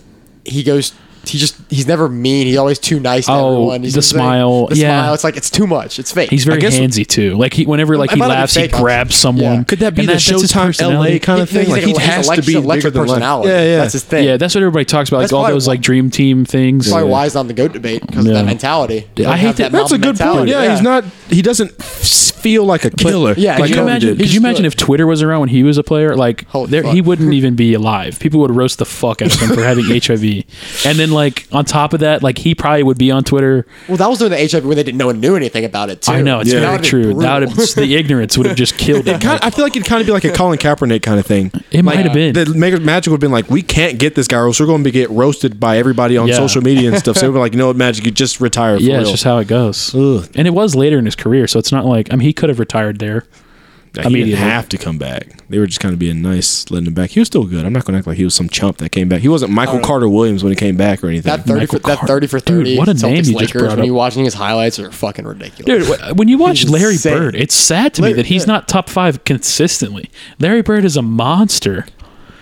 Speaker 2: he goes. He just he's never mean. He's always too nice to
Speaker 1: Oh,
Speaker 2: everyone. He's
Speaker 1: the
Speaker 2: just like-
Speaker 1: smile,
Speaker 2: the
Speaker 1: yeah.
Speaker 2: smile. It's like it's too much. It's fake.
Speaker 1: He's very
Speaker 3: I guess-
Speaker 1: handsy too. Like he, whenever like
Speaker 2: I
Speaker 1: he
Speaker 2: might not be
Speaker 1: laughs, he
Speaker 2: fake.
Speaker 1: grabs someone.
Speaker 2: Yeah.
Speaker 3: Could that be
Speaker 1: And
Speaker 3: the
Speaker 1: that's his
Speaker 3: Showtime LA
Speaker 1: personality.
Speaker 3: kind of
Speaker 2: You know, he's
Speaker 3: thing? Like
Speaker 2: like
Speaker 3: he
Speaker 2: a- he's
Speaker 3: has to
Speaker 2: elect-
Speaker 3: be bigger
Speaker 2: electric
Speaker 3: than life.
Speaker 2: personality.
Speaker 3: Yeah, yeah.
Speaker 2: That's his thing.
Speaker 1: Yeah, that's what everybody talks about. Like
Speaker 2: That's
Speaker 1: all
Speaker 2: why-
Speaker 1: those like dream team things.
Speaker 2: That's probably
Speaker 1: Yeah.
Speaker 2: why he's not in the goat debate because of
Speaker 1: Yeah.
Speaker 2: that mentality.
Speaker 1: Yeah, I
Speaker 2: They
Speaker 1: hate
Speaker 2: have
Speaker 1: that-
Speaker 3: That's a
Speaker 2: mountain
Speaker 3: good point.
Speaker 2: mentality.
Speaker 3: Yeah, he's not. He doesn't s- feel like a killer.
Speaker 2: yeah,
Speaker 1: Could
Speaker 3: like
Speaker 1: you
Speaker 2: Kobe
Speaker 1: imagine?
Speaker 2: did.
Speaker 1: Could
Speaker 2: He's
Speaker 1: you imagine
Speaker 2: good.
Speaker 1: if Twitter was around when he was a player? Like,
Speaker 2: Holy
Speaker 1: there,
Speaker 2: Oh, fuck.
Speaker 1: he wouldn't even be alive. People would roast the fuck out of him for having HIV. And then, like, on top of that, like, he probably would be on Twitter.
Speaker 2: Well, that was during the HIV when they didn't. No one knew anything about it. Too.
Speaker 1: I know it's
Speaker 3: Yeah. That
Speaker 1: very
Speaker 2: would've been
Speaker 1: true. That
Speaker 2: brutal.
Speaker 1: would have, the ignorance would have just killed him.
Speaker 3: Kind I feel like it'd kind of be like a Colin Kaepernick kind of thing.
Speaker 1: It
Speaker 3: Like,
Speaker 1: might have been.
Speaker 3: The Mag- Magic would have been like, we can't get this guy, or else we're going to get roasted by everybody on
Speaker 1: Yeah.
Speaker 3: social media and stuff. So we're like, you know what, Magic, you just retire. For
Speaker 1: yeah,
Speaker 3: real.
Speaker 1: it's just how it goes.
Speaker 3: Ugh.
Speaker 1: And it was later in his career, so it's not like I mean he could have retired there.
Speaker 3: Like, he didn't
Speaker 1: Immediately.
Speaker 3: have to come back. They were just kind of being nice, letting him back. He was still good. I'm not going to act like he was some chump that came back. He wasn't Michael Carter Williams when he came back or anything.
Speaker 2: That thirty
Speaker 1: Michael
Speaker 2: for that
Speaker 1: Carter.
Speaker 2: thirty for
Speaker 1: Dude,
Speaker 2: thirty.
Speaker 1: what a
Speaker 2: Celtics
Speaker 1: name you just
Speaker 2: Lakers,
Speaker 1: brought
Speaker 2: when
Speaker 1: up.
Speaker 2: you're watching his highlights are fucking ridiculous.
Speaker 1: Dude, wh- when you watch Larry
Speaker 2: insane.
Speaker 1: Bird, it's sad to me
Speaker 2: Larry-
Speaker 1: that he's
Speaker 2: yeah.
Speaker 1: not top five consistently. Larry Bird is a monster.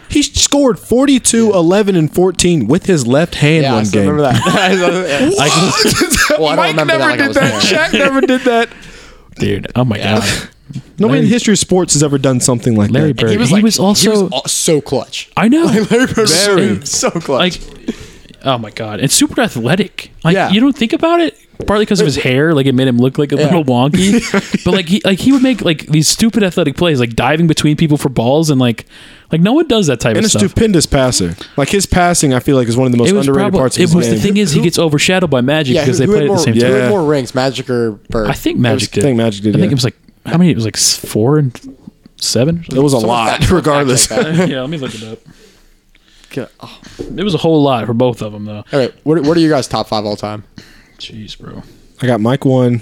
Speaker 3: he scored 42, 11, and 14 with his left hand
Speaker 2: yeah, I
Speaker 3: one
Speaker 2: still
Speaker 3: game.
Speaker 2: remember that. I Well, I don't
Speaker 3: Mike
Speaker 2: remember that
Speaker 3: never
Speaker 2: like I
Speaker 3: did
Speaker 2: was
Speaker 3: that.
Speaker 2: there.
Speaker 3: Shaq never did that.
Speaker 1: Dude, oh my god.
Speaker 3: Nobody in
Speaker 1: Larry-
Speaker 3: the history of sports has ever done something like
Speaker 1: Larry
Speaker 3: that.
Speaker 1: Bird.
Speaker 2: he was,
Speaker 1: He
Speaker 2: like,
Speaker 1: was also-
Speaker 2: he was al- so clutch.
Speaker 1: I know.
Speaker 2: Larry Bird was
Speaker 1: Very.
Speaker 2: so clutch.
Speaker 1: like oh my god and super athletic like
Speaker 2: Yeah.
Speaker 1: you don't think about it partly because of his hair like it made him look like a little wonky but like he like he would make like these stupid athletic plays like diving between people for balls and like like no one does that type
Speaker 3: and
Speaker 1: of
Speaker 3: a
Speaker 1: stuff
Speaker 3: stupendous passer. Like his passing, I feel like is one of the most
Speaker 1: it was
Speaker 3: underrated
Speaker 1: probably
Speaker 3: parts of
Speaker 1: it
Speaker 3: his
Speaker 1: was
Speaker 3: game.
Speaker 1: the thing is he gets overshadowed by magic
Speaker 2: yeah,
Speaker 1: because
Speaker 2: who-
Speaker 1: they
Speaker 2: who had
Speaker 1: played at the
Speaker 2: more-
Speaker 1: same
Speaker 2: Who
Speaker 1: time
Speaker 2: had
Speaker 3: Yeah.
Speaker 2: more rings, Magic or Bird?
Speaker 1: i think magic did
Speaker 3: I think Magic did,
Speaker 1: i think
Speaker 3: yeah.
Speaker 1: it was like how many it was like s- four and seven or
Speaker 3: it
Speaker 1: something?
Speaker 3: was a
Speaker 2: Someone fact-
Speaker 3: lot,
Speaker 2: fact
Speaker 3: regardless.
Speaker 2: check that.
Speaker 1: yeah let me look it up
Speaker 2: Okay. Oh.
Speaker 1: it was a whole lot for both of them though
Speaker 2: All right, what, what are you guys' top five all time?
Speaker 1: jeez bro
Speaker 3: I got Mike one.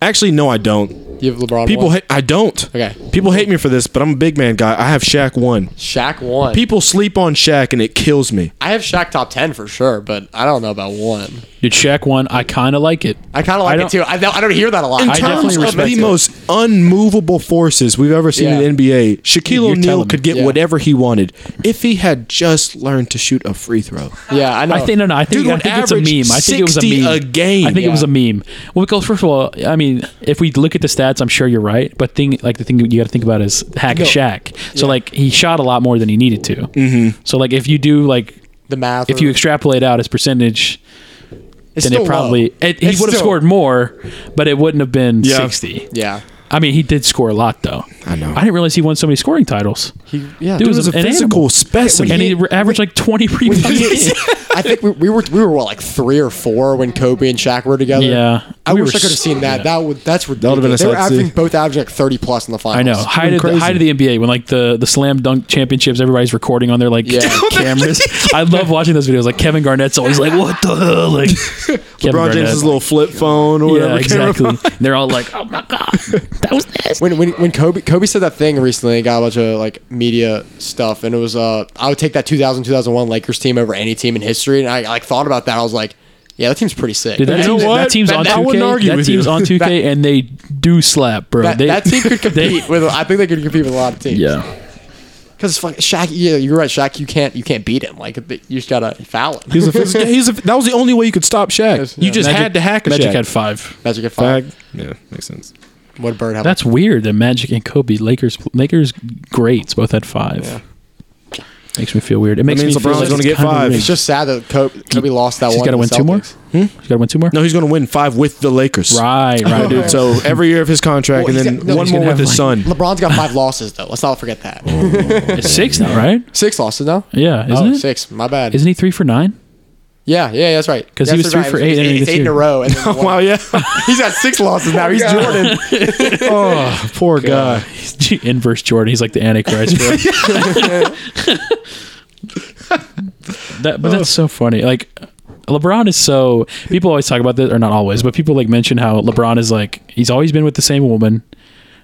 Speaker 3: Actually, no, I don't.
Speaker 2: You have LeBron.
Speaker 3: People,
Speaker 2: one?
Speaker 3: ha- I don't.
Speaker 2: Okay.
Speaker 3: People hate me for this, but I'm a big man guy. I have Shaq one.
Speaker 2: Shaq one.
Speaker 3: People sleep on Shaq, and it kills me.
Speaker 2: I have Shaq top ten for sure, but I don't know about one.
Speaker 1: dude Shaq one i kind of like it
Speaker 2: I kind of like it
Speaker 1: don't-
Speaker 2: too. I don't, I don't hear that a lot.
Speaker 3: In
Speaker 1: I
Speaker 3: terms
Speaker 1: definitely
Speaker 3: of
Speaker 1: respect
Speaker 3: the
Speaker 1: it.
Speaker 3: most unmovable forces we've ever seen
Speaker 2: Yeah.
Speaker 3: in the NBA, Shaquille
Speaker 1: you're
Speaker 3: O'Neal
Speaker 1: telling me.
Speaker 3: could get
Speaker 2: Yeah.
Speaker 3: whatever he wanted if he had just learned to shoot a free throw.
Speaker 2: yeah, I know.
Speaker 1: I think no, no. I think,
Speaker 3: Dude,
Speaker 1: I
Speaker 3: on
Speaker 1: think it's a meme.
Speaker 3: average,
Speaker 1: I think it was a
Speaker 3: 60
Speaker 1: meme.
Speaker 3: a game.
Speaker 1: I think it was a meme. Well, because first of all, I mean, if we look at the stats, I'm sure you're right. But thing, like the thing you got to think about is hack a shack. So like he shot a lot more than he needed to. Mm-hmm. So like if you do like
Speaker 2: the math.
Speaker 1: if you extrapolate out his percentage,
Speaker 2: it's
Speaker 1: then
Speaker 2: still
Speaker 1: it probably
Speaker 2: low.
Speaker 1: it, he
Speaker 2: It's
Speaker 1: would have
Speaker 2: still-
Speaker 1: scored more, but it wouldn't have been
Speaker 3: Yeah.
Speaker 1: sixty.
Speaker 2: Yeah,
Speaker 1: I mean, he did score a lot though.
Speaker 3: I know.
Speaker 1: I didn't realize he won so many scoring titles.
Speaker 2: He, yeah,
Speaker 1: Dude,
Speaker 3: He was a
Speaker 1: an animal.
Speaker 3: physical specimen.
Speaker 1: and he re- averaged like 20
Speaker 2: When
Speaker 1: rebounds.
Speaker 2: he- I think we, we were we were what like three or four when Kobe and Shaq were together.
Speaker 1: Yeah.
Speaker 2: I
Speaker 1: We
Speaker 2: wish
Speaker 1: were
Speaker 2: I could have
Speaker 1: s-
Speaker 2: seen that.
Speaker 1: yeah.
Speaker 2: That would that's ridiculous.
Speaker 3: would've been a
Speaker 2: they were
Speaker 3: sight to
Speaker 2: averaging
Speaker 3: see.
Speaker 2: both averaging like thirty plus in the
Speaker 1: I
Speaker 2: finals.
Speaker 1: know. High to,
Speaker 3: crazy.
Speaker 1: high to the NBA when like the, the slam dunk championships, everybody's recording on their like
Speaker 2: Yeah.
Speaker 1: cameras. I love watching those videos. Like Kevin Garnett's always like, "What the hell?" Like Kevin
Speaker 3: LeBron James's little flip phone or whatever.
Speaker 1: yeah,
Speaker 3: camera
Speaker 1: exactly. And they're all like, "Oh my god, that was nasty."
Speaker 2: When, when, when Kobe Kobe said that thing recently, got a bunch of like media stuff, and it was uh, I would take that 2000 2001 Lakers team over any team in history, and I like thought about that. I was like, yeah, that team's pretty sick.
Speaker 1: Dude, that,
Speaker 3: You know
Speaker 1: team's,
Speaker 3: what?
Speaker 1: that team's
Speaker 3: That-
Speaker 1: on
Speaker 3: that
Speaker 1: 2K.
Speaker 3: wouldn't argue
Speaker 1: that
Speaker 3: with
Speaker 1: team's
Speaker 3: you.
Speaker 1: on 2K, and they do slap, bro.
Speaker 2: that,
Speaker 1: they,
Speaker 2: that team could
Speaker 1: they-
Speaker 2: compete with. I think they could compete with a lot of teams.
Speaker 1: yeah,
Speaker 2: because Shaq. Yeah, you're right. Shaq, you can't you can't beat him. Like you just gotta foul him.
Speaker 3: He's a physical. He's a, that was the only way you could stop Shaq. You
Speaker 2: yeah.
Speaker 3: just
Speaker 1: Magic-
Speaker 3: had to hack a
Speaker 1: Magic
Speaker 3: Shaq.
Speaker 1: had five.
Speaker 2: Magic at
Speaker 3: Fag.
Speaker 2: five.
Speaker 3: Yeah, makes sense.
Speaker 2: What bird have?
Speaker 1: That's weird. That Magic and Kobe, Lakers, Lakers greats both had five.
Speaker 2: Yeah.
Speaker 1: Makes me feel weird. It makes
Speaker 3: means
Speaker 1: me feel
Speaker 3: LeBron's
Speaker 1: like
Speaker 3: gonna
Speaker 1: it's
Speaker 3: get
Speaker 1: kinda
Speaker 3: five.
Speaker 1: rigged.
Speaker 2: It's just sad that Kobe, Kobe lost that
Speaker 1: She's
Speaker 2: one.
Speaker 1: got to
Speaker 2: to
Speaker 1: win
Speaker 2: the
Speaker 1: two more.
Speaker 2: Celtics.
Speaker 1: She's got to win two more.
Speaker 3: No, he's going to win five with the Lakers.
Speaker 1: Right, right,
Speaker 3: Dude, so every year of his contract,
Speaker 2: Well,
Speaker 3: and
Speaker 2: he's
Speaker 3: then
Speaker 2: got- no,
Speaker 3: one
Speaker 2: he's
Speaker 3: more
Speaker 1: gonna
Speaker 3: with his
Speaker 1: have,
Speaker 3: son.
Speaker 2: LeBron's got five losses though. Let's not forget that.
Speaker 1: It's six now, right?
Speaker 2: Six losses now.
Speaker 1: Yeah, isn't
Speaker 2: oh,
Speaker 1: it?
Speaker 2: six. My bad.
Speaker 1: Isn't he three for nine?
Speaker 2: yeah, yeah, that's right.
Speaker 1: 'Cause he
Speaker 2: Yes,
Speaker 1: was
Speaker 2: you're
Speaker 1: three for
Speaker 2: It's-
Speaker 1: eight and he
Speaker 2: It's
Speaker 1: gets
Speaker 2: eight in
Speaker 1: two.
Speaker 2: a row, and then the one-
Speaker 3: wow, yeah.
Speaker 2: he's got six losses now. He's Jordan.
Speaker 3: oh, poor guy.
Speaker 1: He's Uh, inverse Jordan. He's like the Antichrist. Bro. that, but that's so funny. Like LeBron is so. People always talk about this, or not always, but people like mention how LeBron is like he's always been with the same woman.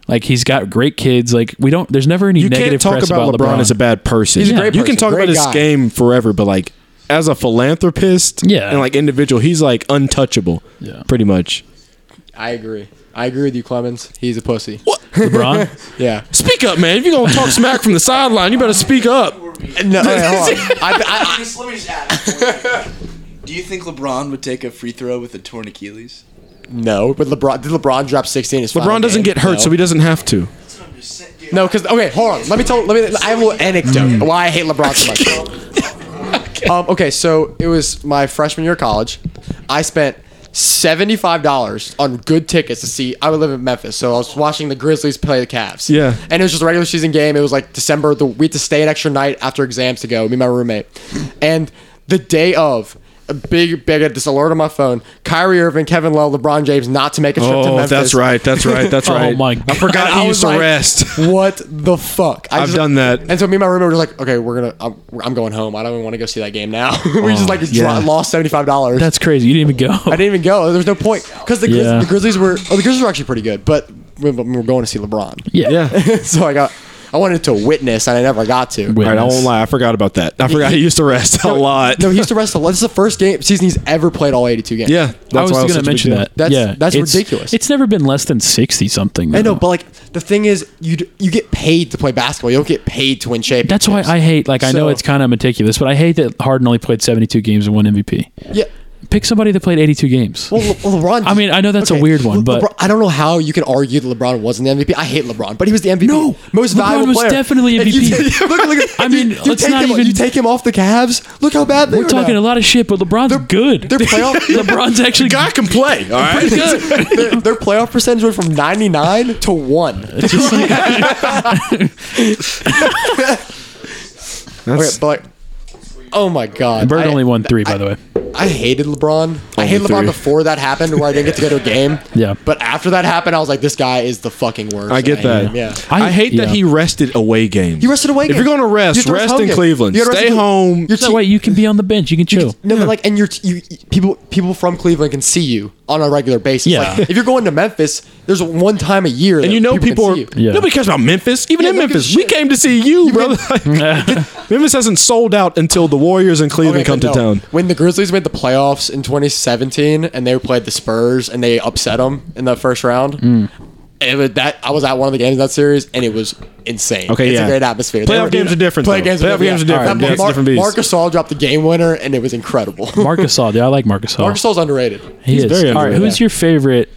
Speaker 1: Like he's got great kids. Like we don't. There's never any
Speaker 3: You
Speaker 1: negative
Speaker 3: can't talk
Speaker 1: press
Speaker 3: about, LeBron, as a bad person.
Speaker 1: He's a great
Speaker 3: You can
Speaker 2: person,
Speaker 3: talk
Speaker 2: great
Speaker 3: about his
Speaker 2: guy.
Speaker 3: game forever, but like as a philanthropist,
Speaker 1: Yeah.
Speaker 3: and like individual, he's like untouchable.
Speaker 1: Yeah.
Speaker 3: pretty much.
Speaker 2: I agree. I agree with you, Clemens. He's a pussy.
Speaker 3: What?
Speaker 1: LeBron.
Speaker 2: Yeah.
Speaker 3: Speak up, man. If you're gonna talk smack from the sideline, you better speak up.
Speaker 2: No, wait, hold on. I, I,
Speaker 4: just, let me just add. one thing. Do you think LeBron would take a free throw with a torn Achilles?
Speaker 2: no, but LeBron did LeBron drop sixteen? His final
Speaker 3: LeBron doesn't
Speaker 2: game?
Speaker 3: get hurt,
Speaker 2: No.
Speaker 3: so he doesn't have to.
Speaker 4: That's what I'm just saying. Dude,
Speaker 2: No, because okay, hold on. Let me tell. Let me. I have a little anecdote
Speaker 3: Mm.
Speaker 2: why I hate LeBron so much. um, okay, so it was my freshman year of college. I spent seventy five dollars on good tickets to see. I would live in Memphis, so I was watching the Grizzlies play the Cavs.
Speaker 3: Yeah.
Speaker 2: and it was just a regular season game. It was like December. The, we had to stay an extra night after exams to go. Me and my roommate, and the day of. A big, big, this alert on my phone. Kyrie Irving, Kevin Love, LeBron James, not to make a trip to
Speaker 3: Oh,
Speaker 2: Memphis.
Speaker 3: that's right. That's right. That's
Speaker 1: Oh
Speaker 3: right.
Speaker 1: my
Speaker 3: I
Speaker 1: God.
Speaker 3: forgot
Speaker 2: And I
Speaker 3: he
Speaker 2: was
Speaker 3: used to
Speaker 2: like,
Speaker 3: rest.
Speaker 2: What the fuck? I
Speaker 3: I've done that.
Speaker 2: And so me and my roommate were just like, okay, we're gonna, I'm, I'm going home. I don't even want to go see that game now. we just like dro-
Speaker 3: Oh, yeah.
Speaker 2: lost seventy five dollars.
Speaker 1: That's crazy. You didn't even go.
Speaker 2: I didn't even go. There was no point because the, Grizz-
Speaker 1: Yeah.
Speaker 2: the Grizzlies were, oh, the Grizzlies were actually pretty good, but we, we were going to see LeBron.
Speaker 1: Yeah.
Speaker 2: so I got, I wanted to witness, and I never got to.
Speaker 1: Witness.
Speaker 3: All right, I won't lie. I forgot about that. I forgot he used to rest a lot.
Speaker 2: No, he used to wrestle. This is the first game season he's ever played all eighty two games.
Speaker 3: yeah, that's
Speaker 1: I was
Speaker 3: why
Speaker 1: going to
Speaker 3: such a big
Speaker 1: mention
Speaker 3: deal.
Speaker 1: that.
Speaker 2: That's-
Speaker 1: yeah,
Speaker 2: that's
Speaker 1: It's-
Speaker 2: ridiculous.
Speaker 1: It's never been less than sixty something.
Speaker 2: I know,
Speaker 1: though.
Speaker 2: but like the thing is, you d- you get paid to play basketball. You don't get paid to win shape.
Speaker 1: That's why I hate. Like I know
Speaker 2: So-
Speaker 1: it's kind of meticulous, but I hate that Harden only played seventy-two games and won MVP.
Speaker 2: yeah.
Speaker 1: Pick somebody that played eighty-two games.
Speaker 2: Well, Le- LeBron.
Speaker 1: I mean, I know that's a weird one,
Speaker 2: Le-
Speaker 1: but-
Speaker 2: LeBron- I don't know how you can argue that LeBron wasn't the MVP. I hate LeBron, but he was the MVP.
Speaker 1: No,
Speaker 2: most
Speaker 1: LeBron
Speaker 2: valuable
Speaker 1: was
Speaker 2: player.
Speaker 1: definitely
Speaker 2: If you
Speaker 1: MVP.
Speaker 2: take- look, look,
Speaker 1: I
Speaker 2: if
Speaker 1: mean,
Speaker 2: you, you
Speaker 1: let's
Speaker 2: take
Speaker 1: not
Speaker 2: him,
Speaker 1: even-
Speaker 2: You take him off the Cavs. Look how bad they
Speaker 1: We're talking a lot of shit, but LeBron's good.
Speaker 2: uh, They're playoff-
Speaker 1: LeBron's actually
Speaker 3: Guy can play. All right.
Speaker 1: pretty good.
Speaker 2: their, their playoff percentage went from ninety nine to one.
Speaker 1: It's just like-
Speaker 2: Okay, but like, oh my god,
Speaker 1: Bird
Speaker 2: I-
Speaker 1: only won three, by the way.
Speaker 2: I hated LeBron. I
Speaker 3: Only
Speaker 2: hated
Speaker 3: three.
Speaker 2: LeBron before that happened, where I didn't get to go to a game.
Speaker 1: Yeah.
Speaker 2: But after that happened, I was like, this guy is the fucking worst.
Speaker 3: I get
Speaker 2: and hate
Speaker 3: that.
Speaker 2: him, Yeah.
Speaker 3: I,
Speaker 1: I-
Speaker 3: hate that
Speaker 1: yeah.
Speaker 3: he rested away games.
Speaker 2: He rested away
Speaker 3: If you're
Speaker 2: games.
Speaker 3: going to
Speaker 2: You
Speaker 3: rest,
Speaker 2: have to rest
Speaker 3: rest
Speaker 2: home
Speaker 3: in
Speaker 2: games.
Speaker 3: Cleveland.
Speaker 2: You have to rest
Speaker 3: Stay
Speaker 2: in-
Speaker 3: home.
Speaker 2: You're-
Speaker 1: That way you can be on the bench. You can chill.
Speaker 2: No, but like, and you're you people people from Cleveland can see you on a regular basis.
Speaker 1: Yeah.
Speaker 2: Like, if you're going to Memphis, there's one time a year,
Speaker 3: And you know people,
Speaker 2: can
Speaker 3: are
Speaker 2: see you.
Speaker 1: Yeah.
Speaker 3: nobody cares about Memphis. Even
Speaker 2: Yeah,
Speaker 3: in
Speaker 2: don't give a
Speaker 3: Memphis, we
Speaker 2: shit.
Speaker 3: came to see you, brother. Memphis hasn't sold out until the Warriors and
Speaker 2: Okay,
Speaker 3: Cleveland
Speaker 2: but
Speaker 3: come to
Speaker 2: no.
Speaker 3: town.
Speaker 2: When the Grizzlies made the playoffs in 2017, and they played the Spurs, and they upset them in the first round.
Speaker 3: Hmm.
Speaker 2: It was that I was at one of the games in that series, and it was insane.
Speaker 3: Okay,
Speaker 2: it's
Speaker 3: yeah.
Speaker 2: a great atmosphere.
Speaker 3: Playoff
Speaker 2: were-
Speaker 3: games are different,
Speaker 2: Playoff
Speaker 3: though.
Speaker 2: games,
Speaker 3: Playoff games are different.
Speaker 2: That-
Speaker 3: Yeah, it's a
Speaker 2: Mar-
Speaker 3: different beast.
Speaker 2: Marc Gasol dropped the game winner, and it was incredible.
Speaker 1: Marcus All, yeah, I like Marcus All.
Speaker 2: Marc Gasol's underrated.
Speaker 1: He
Speaker 3: He's
Speaker 1: is.
Speaker 3: very
Speaker 1: All right,
Speaker 3: underrated.
Speaker 1: who's your favorite?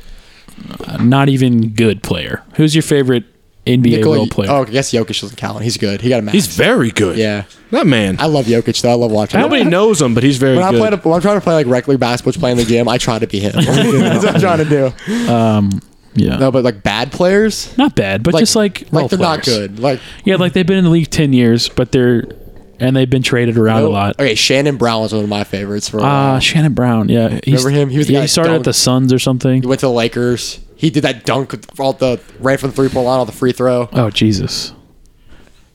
Speaker 1: uh, not even good player. Who's your favorite NBA
Speaker 2: Nikola,
Speaker 1: role player?
Speaker 2: oh, I guess Jokic doesn't count. He's good. He got a max.
Speaker 3: He's very good.
Speaker 2: Yeah.
Speaker 3: that man.
Speaker 2: I love Jokic though. I love watching. him.
Speaker 3: Nobody knows him, but he's very
Speaker 2: When I play,
Speaker 3: good.
Speaker 2: when I'm trying to play like regular basketball, just playing the gym, I try to be him. That's what I'm trying to do.
Speaker 1: Yeah.
Speaker 2: No, but like bad players.
Speaker 1: Not bad, but just like role
Speaker 2: like they're not
Speaker 1: Oh, players.
Speaker 2: good. Like
Speaker 1: Yeah, like they've been in the league ten years, but they're and they've been traded around a lot.
Speaker 2: oh, Okay, Shannon Brown was one of my favorites for a while.
Speaker 1: Ah, Shannon Brown. Yeah, he's,
Speaker 2: Uh, Remember him? He
Speaker 1: He,
Speaker 2: was the guy
Speaker 1: he
Speaker 2: that
Speaker 1: started at
Speaker 2: dunked.
Speaker 1: the Suns or something.
Speaker 2: He went to the Lakers. He did that dunk with all the right from the three point line on the free throw.
Speaker 1: Oh Jesus!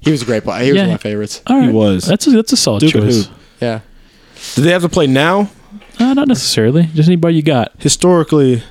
Speaker 2: He was a great player. He was
Speaker 1: Yeah.
Speaker 2: one of my favorites.
Speaker 1: All right.
Speaker 3: was.
Speaker 1: That's a, that's a solid
Speaker 3: Duke of
Speaker 1: choice.
Speaker 3: Hoop.
Speaker 2: Yeah.
Speaker 3: Do they have to play now?
Speaker 1: Uh, not necessarily. Just anybody you got.
Speaker 3: Historically,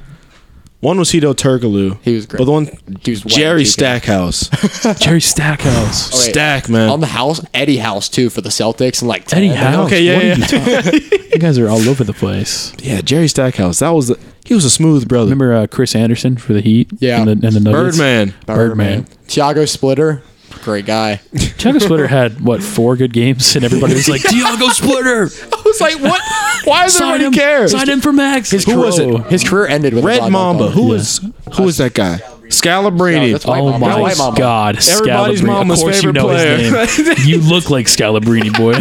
Speaker 3: one was Hito Turkoglu.
Speaker 2: He was great.
Speaker 3: But the one
Speaker 2: He was way
Speaker 3: Jerry
Speaker 2: too good.
Speaker 3: Stackhouse.
Speaker 1: Jerry Stackhouse.
Speaker 2: wait.
Speaker 3: Stack man.
Speaker 2: On the house, Eddie House too for the Celtics and like 10.
Speaker 1: Eddie House.
Speaker 3: Okay, yeah,
Speaker 1: What are
Speaker 3: yeah,
Speaker 1: you talking- you guys are all over the place.
Speaker 3: yeah, Jerry Stackhouse. That was the, he was a smooth brother.
Speaker 1: Remember uh, Chris Anderson for the Heat?
Speaker 2: Yeah.
Speaker 1: And the, and the Nuggets?
Speaker 3: Birdman.
Speaker 1: Birdman.
Speaker 2: Tiago Splitter, great guy.
Speaker 1: Tiago Splitter had, what, four good games? And everybody was like, Tiago Splitter!
Speaker 2: I was like, what? Why does
Speaker 1: Sign
Speaker 2: everybody
Speaker 1: him,
Speaker 2: care?
Speaker 1: sign him for Max! Oh
Speaker 3: Who was it?
Speaker 2: His career ended with a
Speaker 3: Red
Speaker 2: block
Speaker 3: Mamba.
Speaker 2: on
Speaker 3: Who
Speaker 2: him.
Speaker 3: was who was that guy? Scalabrini.
Speaker 2: No, that's White
Speaker 1: Oh
Speaker 2: Mamba.
Speaker 1: my
Speaker 2: White Mamba.
Speaker 1: God!
Speaker 3: Everybody's
Speaker 1: Scalabrini.
Speaker 3: mama's
Speaker 1: of course you
Speaker 3: favorite
Speaker 1: know
Speaker 3: player.
Speaker 1: his name. you look like Scalabrini, boy.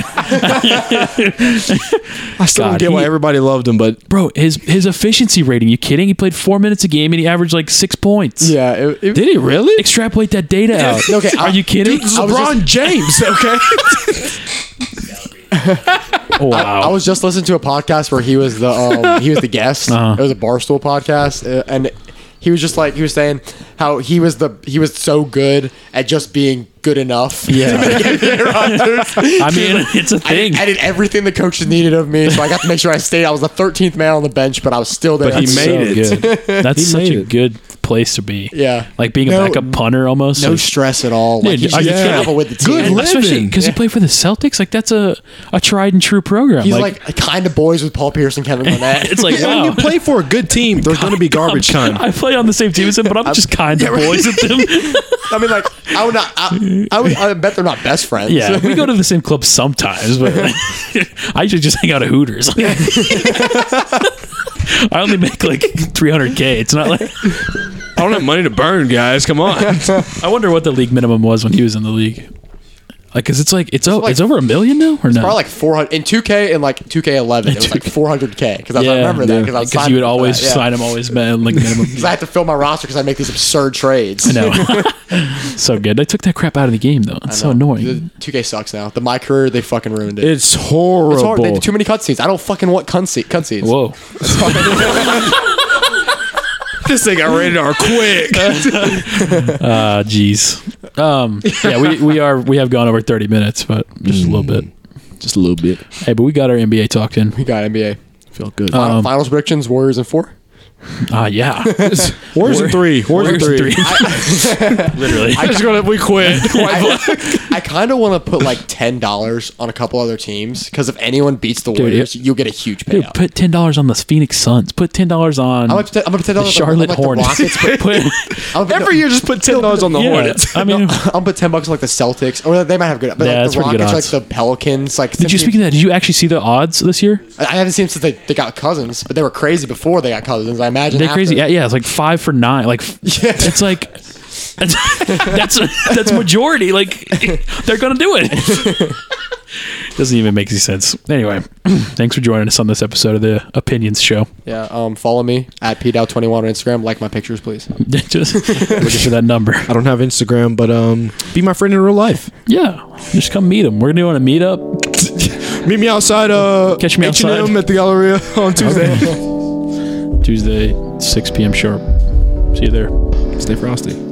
Speaker 3: I still
Speaker 1: God,
Speaker 3: don't get why
Speaker 1: he-
Speaker 3: everybody loved him, but
Speaker 1: Bro, his his efficiency rating. You kidding? He played four minutes a game and he averaged like six points.
Speaker 2: Yeah. It, it,
Speaker 1: Did he really? Extrapolate that data out.
Speaker 2: Okay,
Speaker 1: Are
Speaker 2: I-
Speaker 1: you kidding?
Speaker 2: I was
Speaker 3: LeBron James, okay?
Speaker 1: wow.
Speaker 2: I was just listening to a podcast where he was the um, he was the guest.
Speaker 1: Uh-huh.
Speaker 2: It was a barstool podcast, uh, and he was just like he was saying how he was the he was so good at just being good enough.
Speaker 1: yeah. I mean, it's a
Speaker 2: I
Speaker 1: thing.
Speaker 2: did, I did everything the coaches needed of me, so I got to make sure I stayed. I was the 13th man on the bench, but I was still there.
Speaker 3: But he
Speaker 2: That's-
Speaker 3: made-
Speaker 1: so
Speaker 3: it.
Speaker 1: Good. That's such
Speaker 3: made
Speaker 1: a
Speaker 3: it.
Speaker 1: good place to be.
Speaker 2: Yeah.
Speaker 1: Like being
Speaker 2: No-
Speaker 1: a backup punter almost.
Speaker 2: no
Speaker 1: Like,
Speaker 2: stress at all.
Speaker 1: Dude,
Speaker 2: Like, he just
Speaker 1: I-
Speaker 2: yeah.
Speaker 1: yeah.
Speaker 2: travel with the team.
Speaker 3: Good lord.
Speaker 1: especially
Speaker 3: living.
Speaker 1: because he played for the Celtics. Like that's a, a tried and true program.
Speaker 2: He's like, kind of boys with Paul Pierce and Kevin Garnett.
Speaker 1: it's like
Speaker 3: Yeah,
Speaker 1: wow.
Speaker 3: When you play for a good team, there's going to be garbage time.
Speaker 1: I play on the same team as him, but I'm, just kind of boys with them.
Speaker 2: I mean, like I would not. I, I would. I bet they're not best friends.
Speaker 1: Yeah, we go to the same club sometimes, but I usually just hang out at Hooters. I only make like 300k. It's not like
Speaker 3: I don't have money to burn, guys. Come on.
Speaker 1: I wonder what the league minimum was when he was in the league. Like, cause it's like it's o-
Speaker 2: like-
Speaker 1: it's over a million now or no?
Speaker 2: Probably like 400 in 2K and like 2K11. It was like 400K because I
Speaker 1: Yeah,
Speaker 2: remember that because I was
Speaker 1: because you
Speaker 2: signing
Speaker 1: would
Speaker 2: for
Speaker 1: always
Speaker 2: that, yeah.
Speaker 1: sign him always man like minimum.
Speaker 2: 'Cause I had to fill my roster because I make these absurd trades.
Speaker 1: no, so good. They took that crap out of the game though. It's so
Speaker 2: The
Speaker 1: annoying.
Speaker 2: 2K sucks now. The my career they fucking ruined it.
Speaker 3: It's horrible.
Speaker 2: It's hard. They do too many cutscenes. I don't fucking want cutscenes. Cutscenes.
Speaker 1: Whoa,
Speaker 3: this thing got rated R quick.
Speaker 1: uh, jeez. Um, yeah, we we are we have gone over 30 minutes, but just a little bit.
Speaker 3: Just a little bit.
Speaker 1: Hey, but we got our NBA talked in.
Speaker 2: We got NBA
Speaker 3: Felt good.
Speaker 2: Uh, Final-
Speaker 1: um,
Speaker 2: finals predictions. Warriors in four.
Speaker 1: Ah, yeah.
Speaker 3: Warriors in three. Warriors in
Speaker 1: Warriors in
Speaker 3: three.
Speaker 1: Literally.
Speaker 3: I'm just gonna we quit.
Speaker 2: I, I kind of want to put like ten dollars on a couple other teams because if anyone beats the Warriors, you'll get a huge
Speaker 1: Dude,
Speaker 2: payout.
Speaker 1: put ten dollars on the Phoenix Suns. Put ten dollars on
Speaker 2: I'm gonna put- I'm gonna put ten
Speaker 1: the
Speaker 2: dollars
Speaker 1: Charlotte
Speaker 2: on like,
Speaker 1: Hornets.
Speaker 2: The Rockets,
Speaker 1: Put-
Speaker 2: but I'm gonna put-
Speaker 3: Every year, just put ten dollars on the
Speaker 1: yeah,
Speaker 3: Hornets.
Speaker 1: I mean,
Speaker 2: I'll put ten bucks on like the Celtics, or they might have good. But
Speaker 1: Yeah,
Speaker 2: like
Speaker 1: that's
Speaker 2: the
Speaker 1: pretty good
Speaker 2: Rockets, like
Speaker 1: odds.
Speaker 2: the Pelicans, like
Speaker 1: did you speak of that? Did you actually see the odds this year?
Speaker 2: I haven't seen them since they, they got cousins, but they were crazy before they got cousins. I imagine
Speaker 1: They're
Speaker 2: after.
Speaker 1: crazy. Yeah, yeah, it's like five for nine. Like f- it's like that's that's, that's majority. Like they're gonna do it. Doesn't even make any sense. Anyway, thanks for joining us on this episode of the Opinions Show.
Speaker 2: Yeah, um, follow me at pdow21 on Instagram. Like my pictures, please.
Speaker 1: Just looking for that number.
Speaker 3: I don't have Instagram, but um, be my friend in real life.
Speaker 1: Yeah, just come meet him. We're doing a meetup.
Speaker 3: Meet me outside. Uh,
Speaker 1: Catch me
Speaker 3: H&M
Speaker 1: outside.
Speaker 3: at the Galleria on Tuesday.
Speaker 1: Tuesday, 6 p.m. sharp. See you there.
Speaker 3: Stay frosty.